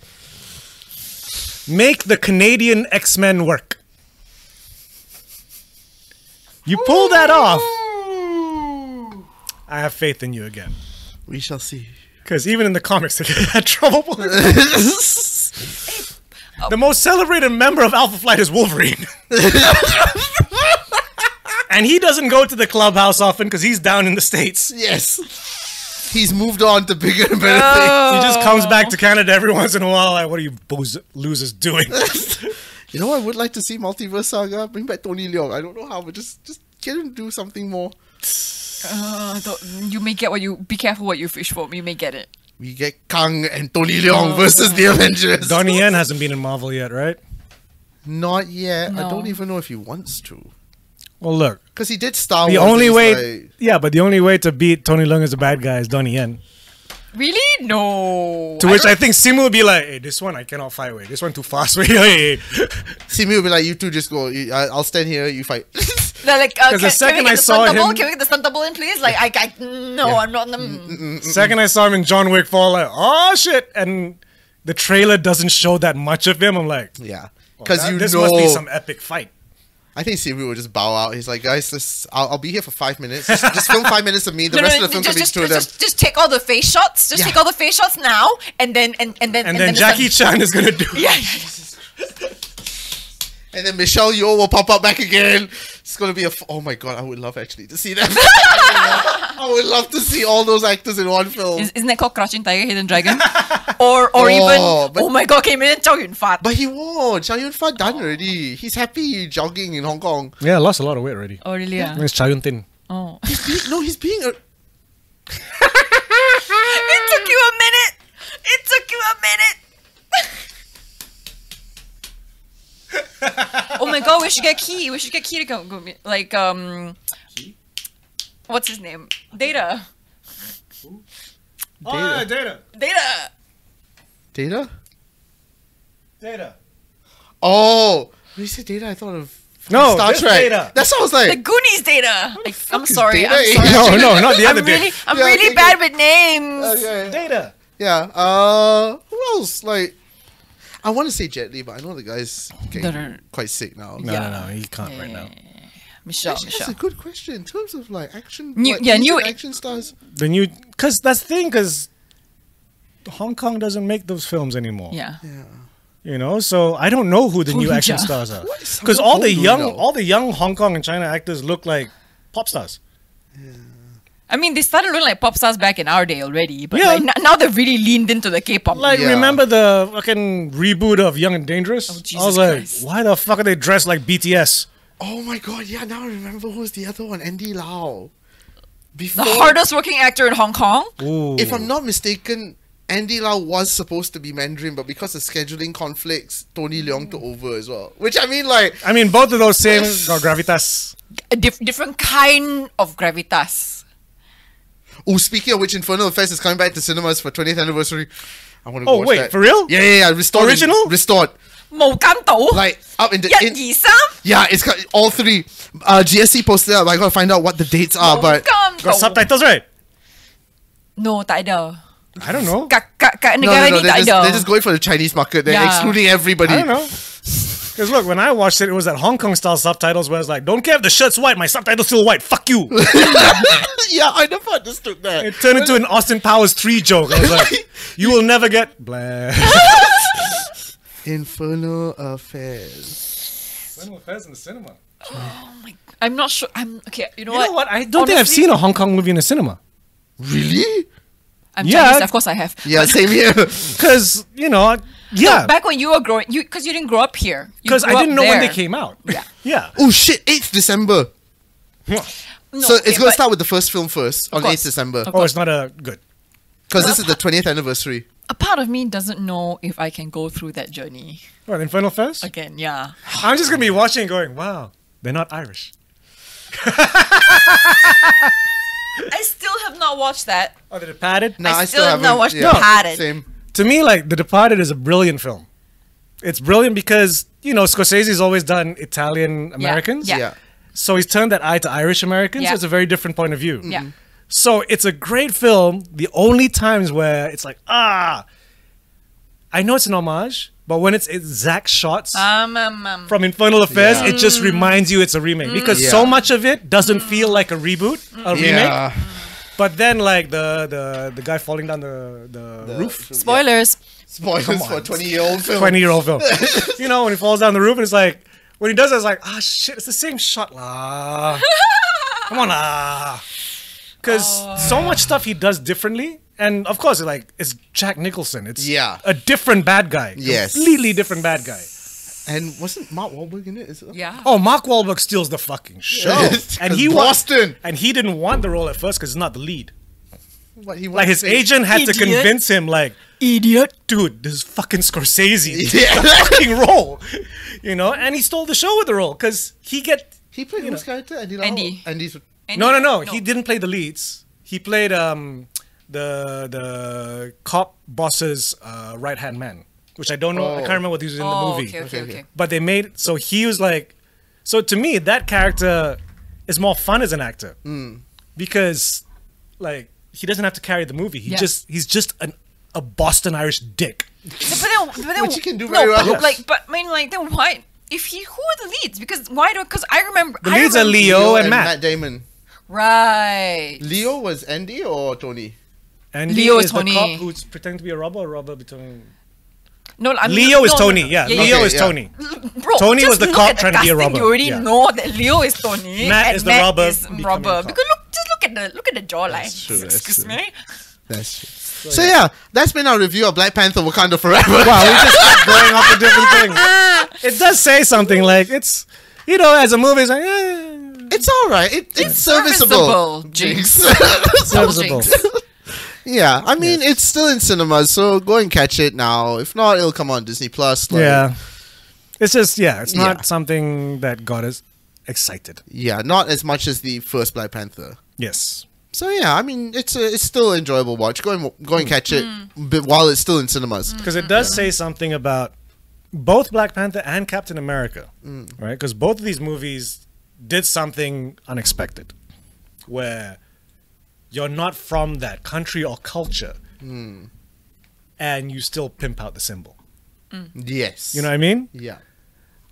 Speaker 2: Make the Canadian X Men work. You pull that off. I have faith in you again.
Speaker 3: We shall see.
Speaker 2: Because even in the comics, they had trouble. pulling it off.
Speaker 3: That's
Speaker 2: the most celebrated member of Alpha Flight is Wolverine. and he doesn't go to the clubhouse often because he's down in the States.
Speaker 3: yes. He's moved on to bigger and better
Speaker 2: He just comes back to Canada every once in a while. Like, what are you boos- losers doing?
Speaker 3: things. you know, what I would like to see multiverse saga. Bring back Tony Leung. I don't know how, but just just get him to do something more.
Speaker 1: Uh, don't- you may get what you. Be careful what you fish for. You may get it.
Speaker 3: We get Kang and Tony Leung versus the Avengers.
Speaker 2: Donnie Yen hasn't been in Marvel yet, right?
Speaker 3: Not yet. I
Speaker 1: No.
Speaker 3: don't even know if he wants to.
Speaker 2: Well, look,
Speaker 3: Because he did Star
Speaker 2: the
Speaker 3: Wars.
Speaker 2: only
Speaker 3: and it's
Speaker 2: way,
Speaker 3: like-
Speaker 2: yeah, but the only way to beat Tony Leung as a bad guy is Donnie Yen.
Speaker 1: Really? No.
Speaker 2: To which
Speaker 1: don't-
Speaker 2: I think Simu would be like, "Hey, this one I cannot fight with. This one too fast. Wait, hey, hey."
Speaker 3: Simi will be like, you two just go. You- I- I'll stand here. You fight.
Speaker 1: They're like, uh,
Speaker 2: 'Cause
Speaker 1: can,
Speaker 2: the second
Speaker 1: can we
Speaker 2: I
Speaker 1: get the stunt
Speaker 2: saw
Speaker 1: double?
Speaker 2: him-
Speaker 1: Can we get the stunt double in, please? Like, I, I no, I'm not. Mm.
Speaker 2: Second, I saw him in John Wick fall. Like, oh shit! And the trailer doesn't show that much of him. I'm like,
Speaker 3: yeah,
Speaker 2: "Well,
Speaker 3: because
Speaker 2: that-
Speaker 3: you
Speaker 2: this
Speaker 3: know.
Speaker 2: must be some epic fight.
Speaker 3: I think Simi will just bow out. He's like, guys, this, I'll, I'll be here for five minutes. Just, just film five minutes of me. The
Speaker 1: No, no,
Speaker 3: rest
Speaker 1: no,
Speaker 3: of the film can
Speaker 1: just,
Speaker 3: be
Speaker 1: just,
Speaker 3: two of
Speaker 1: just,
Speaker 3: them.
Speaker 1: just, take all the face shots. Just
Speaker 3: Yeah.
Speaker 1: take all the face shots now, and then and, and then
Speaker 2: And, then
Speaker 1: the stunt-
Speaker 2: Jackie Chan is gonna do. it.
Speaker 1: Yeah, yeah, yeah.
Speaker 3: and then Michelle Yeoh will pop up back again. It's gonna be a f- oh my god! I would love actually to see that. I would love to see all those actors in one film.
Speaker 1: Is, isn't that called Crouching Tiger, Hidden Dragon? or or
Speaker 3: Oh,
Speaker 1: even
Speaker 3: but-
Speaker 1: oh my god, came in Zhao Yunfat.
Speaker 3: but he won. Chow Yun Fat done already. He's happy jogging in Hong Kong.
Speaker 2: Yeah, I lost a lot of weight already.
Speaker 1: Oh really?
Speaker 2: I
Speaker 1: Yeah.
Speaker 2: think It's Chayun Tin.
Speaker 1: Oh.
Speaker 3: He's being, no, he's being. A,
Speaker 1: it took you a minute. It took you a minute. oh my god, we should get Key. We should get Key to go, go meet- like um. What's his name? Data.
Speaker 3: Oh,
Speaker 2: data.
Speaker 1: Data.
Speaker 3: Data?
Speaker 2: Data.
Speaker 3: Oh, when you said Data, I thought of
Speaker 2: No,
Speaker 3: Star
Speaker 2: this
Speaker 3: Trek.
Speaker 2: Data.
Speaker 3: That's what I was like.
Speaker 1: The Goonies Data. Like, I'm
Speaker 3: fuck is
Speaker 1: sorry.
Speaker 3: Data?
Speaker 1: I'm sorry.
Speaker 2: No, no, not the
Speaker 1: I'm
Speaker 2: other
Speaker 1: really,
Speaker 2: data.
Speaker 1: I'm
Speaker 3: Yeah, Oh, I
Speaker 1: really
Speaker 3: think
Speaker 1: bad with names.
Speaker 3: Okay.
Speaker 2: Data.
Speaker 3: Uh, Yeah. Uh, who else? Like, I want to say Jet Li, but I know the guy's
Speaker 1: No,
Speaker 3: getting
Speaker 1: no, no.
Speaker 3: quite sick now.
Speaker 2: No,
Speaker 1: Yeah.
Speaker 2: no, no. He can't right now.
Speaker 1: Michelle,
Speaker 3: Actually, that's
Speaker 1: Michelle.
Speaker 3: a good question in terms of like action.
Speaker 1: New-
Speaker 3: like,
Speaker 1: yeah, new-
Speaker 3: recent action stars.
Speaker 2: The new, because that's the thing, because Hong Kong doesn't make those films anymore.
Speaker 1: Yeah.
Speaker 3: Yeah.
Speaker 2: You know, so I don't know who the new
Speaker 1: Who's
Speaker 2: action
Speaker 1: that?
Speaker 2: stars are,
Speaker 3: What is
Speaker 2: because
Speaker 3: Hong
Speaker 2: all
Speaker 3: Kong
Speaker 2: the
Speaker 3: doing
Speaker 2: young,
Speaker 3: now?
Speaker 2: all the young Hong Kong and China actors look like pop stars.
Speaker 1: I mean, they started looking like pop stars back in our day already, but
Speaker 2: Yeah.
Speaker 1: like, n- now they've really leaned into the K-pop.
Speaker 2: Like,
Speaker 3: Yeah.
Speaker 2: remember the fucking reboot of Young and Dangerous?
Speaker 1: Oh, Jesus
Speaker 2: I was like,
Speaker 1: Christ.
Speaker 2: why the fuck are they dressed like BTS?
Speaker 3: Oh my god! Yeah, now I remember who's the other one. Andy Lau.
Speaker 1: the
Speaker 3: Before,
Speaker 1: hardest working actor in Hong Kong.
Speaker 2: Ooh.
Speaker 3: if I'm not mistaken, Andy Lau was supposed to be Mandarin, but because of scheduling conflicts, Tony Leung took over as well. Which I mean, like,
Speaker 2: I mean, both of those same got gravitas.
Speaker 1: A diff- different kind of gravitas.
Speaker 3: oh, speaking of which, Infernal Affairs is coming back to cinemas for 20th anniversary. I want to.
Speaker 2: Oh,
Speaker 3: watch
Speaker 2: wait,
Speaker 3: that.
Speaker 2: for real?
Speaker 3: Yeah, yeah, yeah. Restored,
Speaker 2: Original?
Speaker 3: restored.
Speaker 1: Like,
Speaker 3: Like up in the. in-
Speaker 1: 一二三，
Speaker 3: yeah, it's got all three. Uh, GSC posted up. I gotta find out what the dates
Speaker 2: Oh
Speaker 3: are, Ah, but
Speaker 2: Got
Speaker 1: Oh.
Speaker 2: subtitles, right?
Speaker 1: No, tak ada.
Speaker 2: I don't know.
Speaker 1: Kat, kat, kat
Speaker 3: no,
Speaker 1: negara
Speaker 3: no,
Speaker 1: ni
Speaker 3: no. They're
Speaker 1: tak
Speaker 3: just,
Speaker 1: ada.
Speaker 3: they're just going for the Chinese market. They're
Speaker 1: Yeah.
Speaker 3: excluding everybody.
Speaker 2: I don't know. Because look, when I watched it, it was that Hong Kong style subtitles where it's like, don't care if the shirt's white, my subtitle's still white, fuck you.
Speaker 3: yeah, I never understood that.
Speaker 2: It turned into an Austin Powers 3 joke. I was like, you will never get. Blah.
Speaker 3: Infernal Affairs.
Speaker 2: Cinema Fairs in the cinema.
Speaker 1: I'm not sure. I'm okay. You know
Speaker 2: You
Speaker 1: what?
Speaker 2: know what? I don't think I've
Speaker 1: Honestly,
Speaker 2: seen a Hong Kong movie in a cinema.
Speaker 3: Really?
Speaker 1: I'm
Speaker 2: Yeah.
Speaker 1: Chinese. Of course, I have.
Speaker 3: Yeah, same here.
Speaker 2: Because, you know, I- yeah.
Speaker 1: Back when you were growing, you because you didn't grow up here. You
Speaker 2: Because I
Speaker 1: grew up
Speaker 2: didn't know when they
Speaker 1: there.
Speaker 2: came out.
Speaker 1: Yeah.
Speaker 2: Yeah.
Speaker 3: oh shit! 8th December.
Speaker 1: No,
Speaker 3: so it's
Speaker 1: okay,
Speaker 3: gonna
Speaker 1: but-
Speaker 3: start with the first film first on
Speaker 1: course.
Speaker 3: 8th December
Speaker 2: Oh, it's not a good.
Speaker 3: because this is the 20th anniversary.
Speaker 1: a part of me doesn't know if I can go through that journey
Speaker 2: What, Infernal Fest?
Speaker 1: again. Yeah.
Speaker 2: I'm just going to be watching and going, wow, they're not Irish.
Speaker 1: I still have not watched that.
Speaker 2: Oh, they're departed?
Speaker 3: No,
Speaker 1: I
Speaker 3: I
Speaker 1: still
Speaker 3: still
Speaker 1: have not
Speaker 3: haven't-
Speaker 1: watched
Speaker 3: yeah,
Speaker 1: The Padded.
Speaker 3: Same.
Speaker 2: to me, like The Departed is a brilliant film. It's brilliant because you know Scorsese's always done Italian Americans,
Speaker 1: Yeah.
Speaker 3: Yeah.
Speaker 2: so he's turned that eye to Irish Americans.
Speaker 1: Yeah.
Speaker 2: So it's a very different point of view.
Speaker 1: Yeah.
Speaker 2: So it's a great film. The only times where it's like ah, I know it's an homage, but when it's exact shots
Speaker 1: Um. um, um.
Speaker 2: from Infernal Affairs,
Speaker 3: Yeah. Mm.
Speaker 2: it just reminds you it's a remake because
Speaker 3: Yeah.
Speaker 2: so much of it doesn't feel like a reboot, a remake.
Speaker 3: Yeah.
Speaker 2: But then like the the the guy falling down the the, roof.
Speaker 1: Spoilers.
Speaker 2: Come
Speaker 3: Spoilers
Speaker 2: on.
Speaker 3: for 20 year old film.
Speaker 2: 20 year old film. you know, when he falls down the roof and it's like, when he does it, it's like, ah, shit, it's the same shot. lah. Come on, lah. Because
Speaker 3: Oh.
Speaker 2: so much stuff he does differently. And of course, like, it's Jack Nicholson. It's
Speaker 3: Yeah.
Speaker 2: a different bad guy.
Speaker 3: Yes.
Speaker 2: Completely different bad guy.
Speaker 3: And wasn't Mark Wahlberg in it? Is it?
Speaker 1: Yeah.
Speaker 2: Oh, Mark Wahlberg steals the fucking show. and he wa-
Speaker 3: Boston.
Speaker 2: and he didn't want the role at first because it's not the lead.
Speaker 3: What, he
Speaker 2: Like his agent had to
Speaker 1: Idiot.
Speaker 2: convince him, like,
Speaker 1: Idiot.
Speaker 2: dude, this is fucking Scorsese.
Speaker 3: Yeah.
Speaker 2: The fucking role. You know, and he stole the show with the role because he get
Speaker 3: He played whose character? Andy. Lau?
Speaker 1: Andy.
Speaker 3: Andy's.
Speaker 2: no, no, no, He didn't play the leads. He played um the the cop boss's uh, right hand man, which I don't know. I
Speaker 3: Oh.
Speaker 2: can't remember what he was in
Speaker 1: Oh,
Speaker 2: the movie.
Speaker 1: okay, okay,
Speaker 3: Okay,
Speaker 1: okay.
Speaker 3: okay.
Speaker 2: But they made so he was like, so to me that character is more fun as an actor because like he doesn't have to carry the movie. He
Speaker 1: Yeah.
Speaker 2: just he's just an a Boston Irish dick.
Speaker 1: But then, but then,
Speaker 3: Which he can do
Speaker 1: no,
Speaker 3: very well.
Speaker 1: But,
Speaker 2: Yes.
Speaker 1: Like, but I mean, like, then why? If he, who are the leads? Because why do? Because I remember.
Speaker 2: The
Speaker 1: I
Speaker 2: leads are
Speaker 1: remember-
Speaker 2: Leo and Matt.
Speaker 3: Damon.
Speaker 1: Right.
Speaker 3: Leo was Andy or Tony?
Speaker 2: And
Speaker 1: Leo
Speaker 2: he
Speaker 1: is
Speaker 2: is
Speaker 1: Tony.
Speaker 2: the cop who's pretending to be a robber, or robber between
Speaker 1: No, I mean,
Speaker 2: Leo is
Speaker 1: no, no,
Speaker 2: Tony.
Speaker 1: no.
Speaker 2: Yeah,
Speaker 1: yeah,
Speaker 2: Leo
Speaker 1: yeah.
Speaker 2: is
Speaker 3: yeah.
Speaker 2: Tony.
Speaker 1: Bro,
Speaker 2: Tony
Speaker 1: just
Speaker 2: was the
Speaker 1: look
Speaker 2: cop
Speaker 1: at
Speaker 2: trying to be
Speaker 1: casting,
Speaker 2: a robber.
Speaker 1: You already
Speaker 2: Yeah.
Speaker 1: know that Leo is Tony.
Speaker 2: Matt
Speaker 1: and
Speaker 2: is the
Speaker 1: Matt
Speaker 2: robber
Speaker 1: Is
Speaker 2: becoming
Speaker 1: robber.
Speaker 2: a cop.
Speaker 1: Because look, just look at the look at the jawline.
Speaker 2: true, that's
Speaker 1: Excuse
Speaker 2: true.
Speaker 1: me.
Speaker 3: That's true. So yeah, that's been our review of Black Panther: Wakanda Forever.
Speaker 2: Oh, Wow, we just kept going off to different things. It does say something like it's, you know, as a movie, it's like, eh,
Speaker 3: it's all right. It, it's,
Speaker 1: serviceable,
Speaker 3: serviceable.
Speaker 1: Jinx.
Speaker 2: serviceable.
Speaker 3: yeah, I mean it's still in cinemas, so go and catch it now. If not, it'll come on Disney Plus. like-
Speaker 2: Yeah, it's just yeah, it's not
Speaker 3: Yeah.
Speaker 2: something that got us excited.
Speaker 3: yeah, not as much as the first Black Panther.
Speaker 2: Yes,
Speaker 3: So yeah, I mean it's a, it's still an enjoyable watch. Go and go and catch it,
Speaker 2: Mm.
Speaker 3: but while it's still in cinemas.
Speaker 2: because it does say something about both Black Panther and Captain America, right? Because both of these movies did something unexpected, where you're not from that country or culture, and you still pimp out the symbol.
Speaker 3: Yes,
Speaker 2: Mm. You know what I mean?
Speaker 3: Yeah,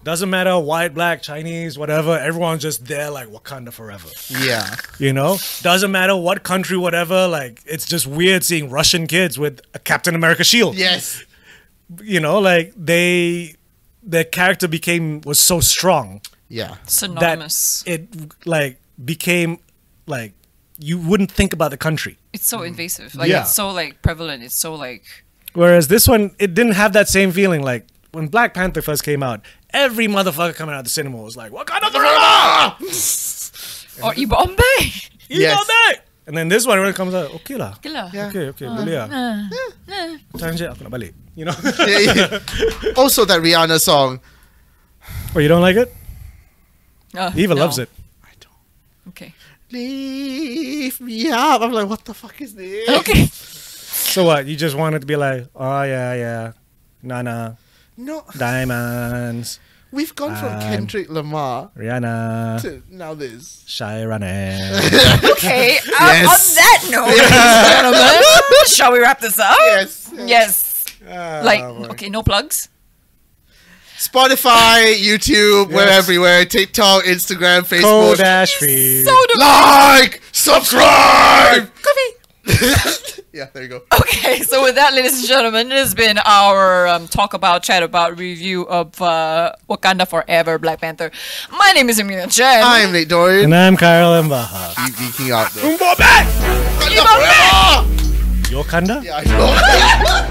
Speaker 2: Doesn't matter white, black, Chinese, whatever. Everyone's just there like Wakanda forever.
Speaker 3: yeah,
Speaker 2: You know? Doesn't matter what country, whatever. Like it's just weird seeing Russian kids with a Captain America shield.
Speaker 3: yes,
Speaker 2: You know, like they their character became was so strong
Speaker 3: yeah,
Speaker 1: Synonymous.
Speaker 2: that it like became like you wouldn't think about the country.
Speaker 1: it's so invasive. Like
Speaker 2: Yeah.
Speaker 1: it's so like prevalent. It's so like
Speaker 2: Whereas this one, it didn't have that same feeling. Like when Black Panther first came out, every motherfucker coming out of the cinema was like, Wakanda forever!
Speaker 1: or Ibombe.
Speaker 2: You
Speaker 3: Yes.
Speaker 2: know that. And then this one when it comes out, okay lah.
Speaker 1: Gila.
Speaker 3: Yeah.
Speaker 2: Okay, okay, boleh lah. Time je aku nak balik. You know?
Speaker 3: Yeah, yeah. also that Rihanna song.
Speaker 2: oh, you don't like it?
Speaker 1: Uh,
Speaker 2: Eva
Speaker 1: no.
Speaker 2: loves it.
Speaker 3: I don't
Speaker 1: Okay.
Speaker 3: leave me up. I'm like, what the fuck is this?
Speaker 1: Okay.
Speaker 2: So what? You just wanted to be like, oh yeah, yeah, nah, nah,
Speaker 3: No,
Speaker 2: diamonds,
Speaker 3: we've gone from
Speaker 2: Um,
Speaker 3: Kendrick Lamar
Speaker 2: Rihanna,
Speaker 3: to now this.
Speaker 2: Shira
Speaker 1: Okay. Um,
Speaker 3: Yes.
Speaker 1: On that note, ladies and gentlemen, shall we wrap this up?
Speaker 3: Yes, yes.
Speaker 1: Yes. Like
Speaker 3: Oh, boy.
Speaker 1: okay, no plugs.
Speaker 3: Spotify, YouTube, we're
Speaker 2: Yes.
Speaker 3: everywhere. TikTok, Instagram, Facebook.
Speaker 2: Cold Ash Feed.
Speaker 1: So do
Speaker 3: like, subscribe.
Speaker 1: coffee.
Speaker 3: yeah, there you go.
Speaker 1: Okay, so with that, ladies and gentlemen, it has been our um, talk about, chat about, review of uh, Wakanda Forever, Black Panther. My name is Amina Chen.
Speaker 3: I'm Nate Dorian.
Speaker 2: And I'm Kyle Mbaha.
Speaker 3: Keep geeking out though.
Speaker 2: Mbaha!
Speaker 3: Wakanda forever!
Speaker 2: Your kanda?
Speaker 3: Yeah, I know.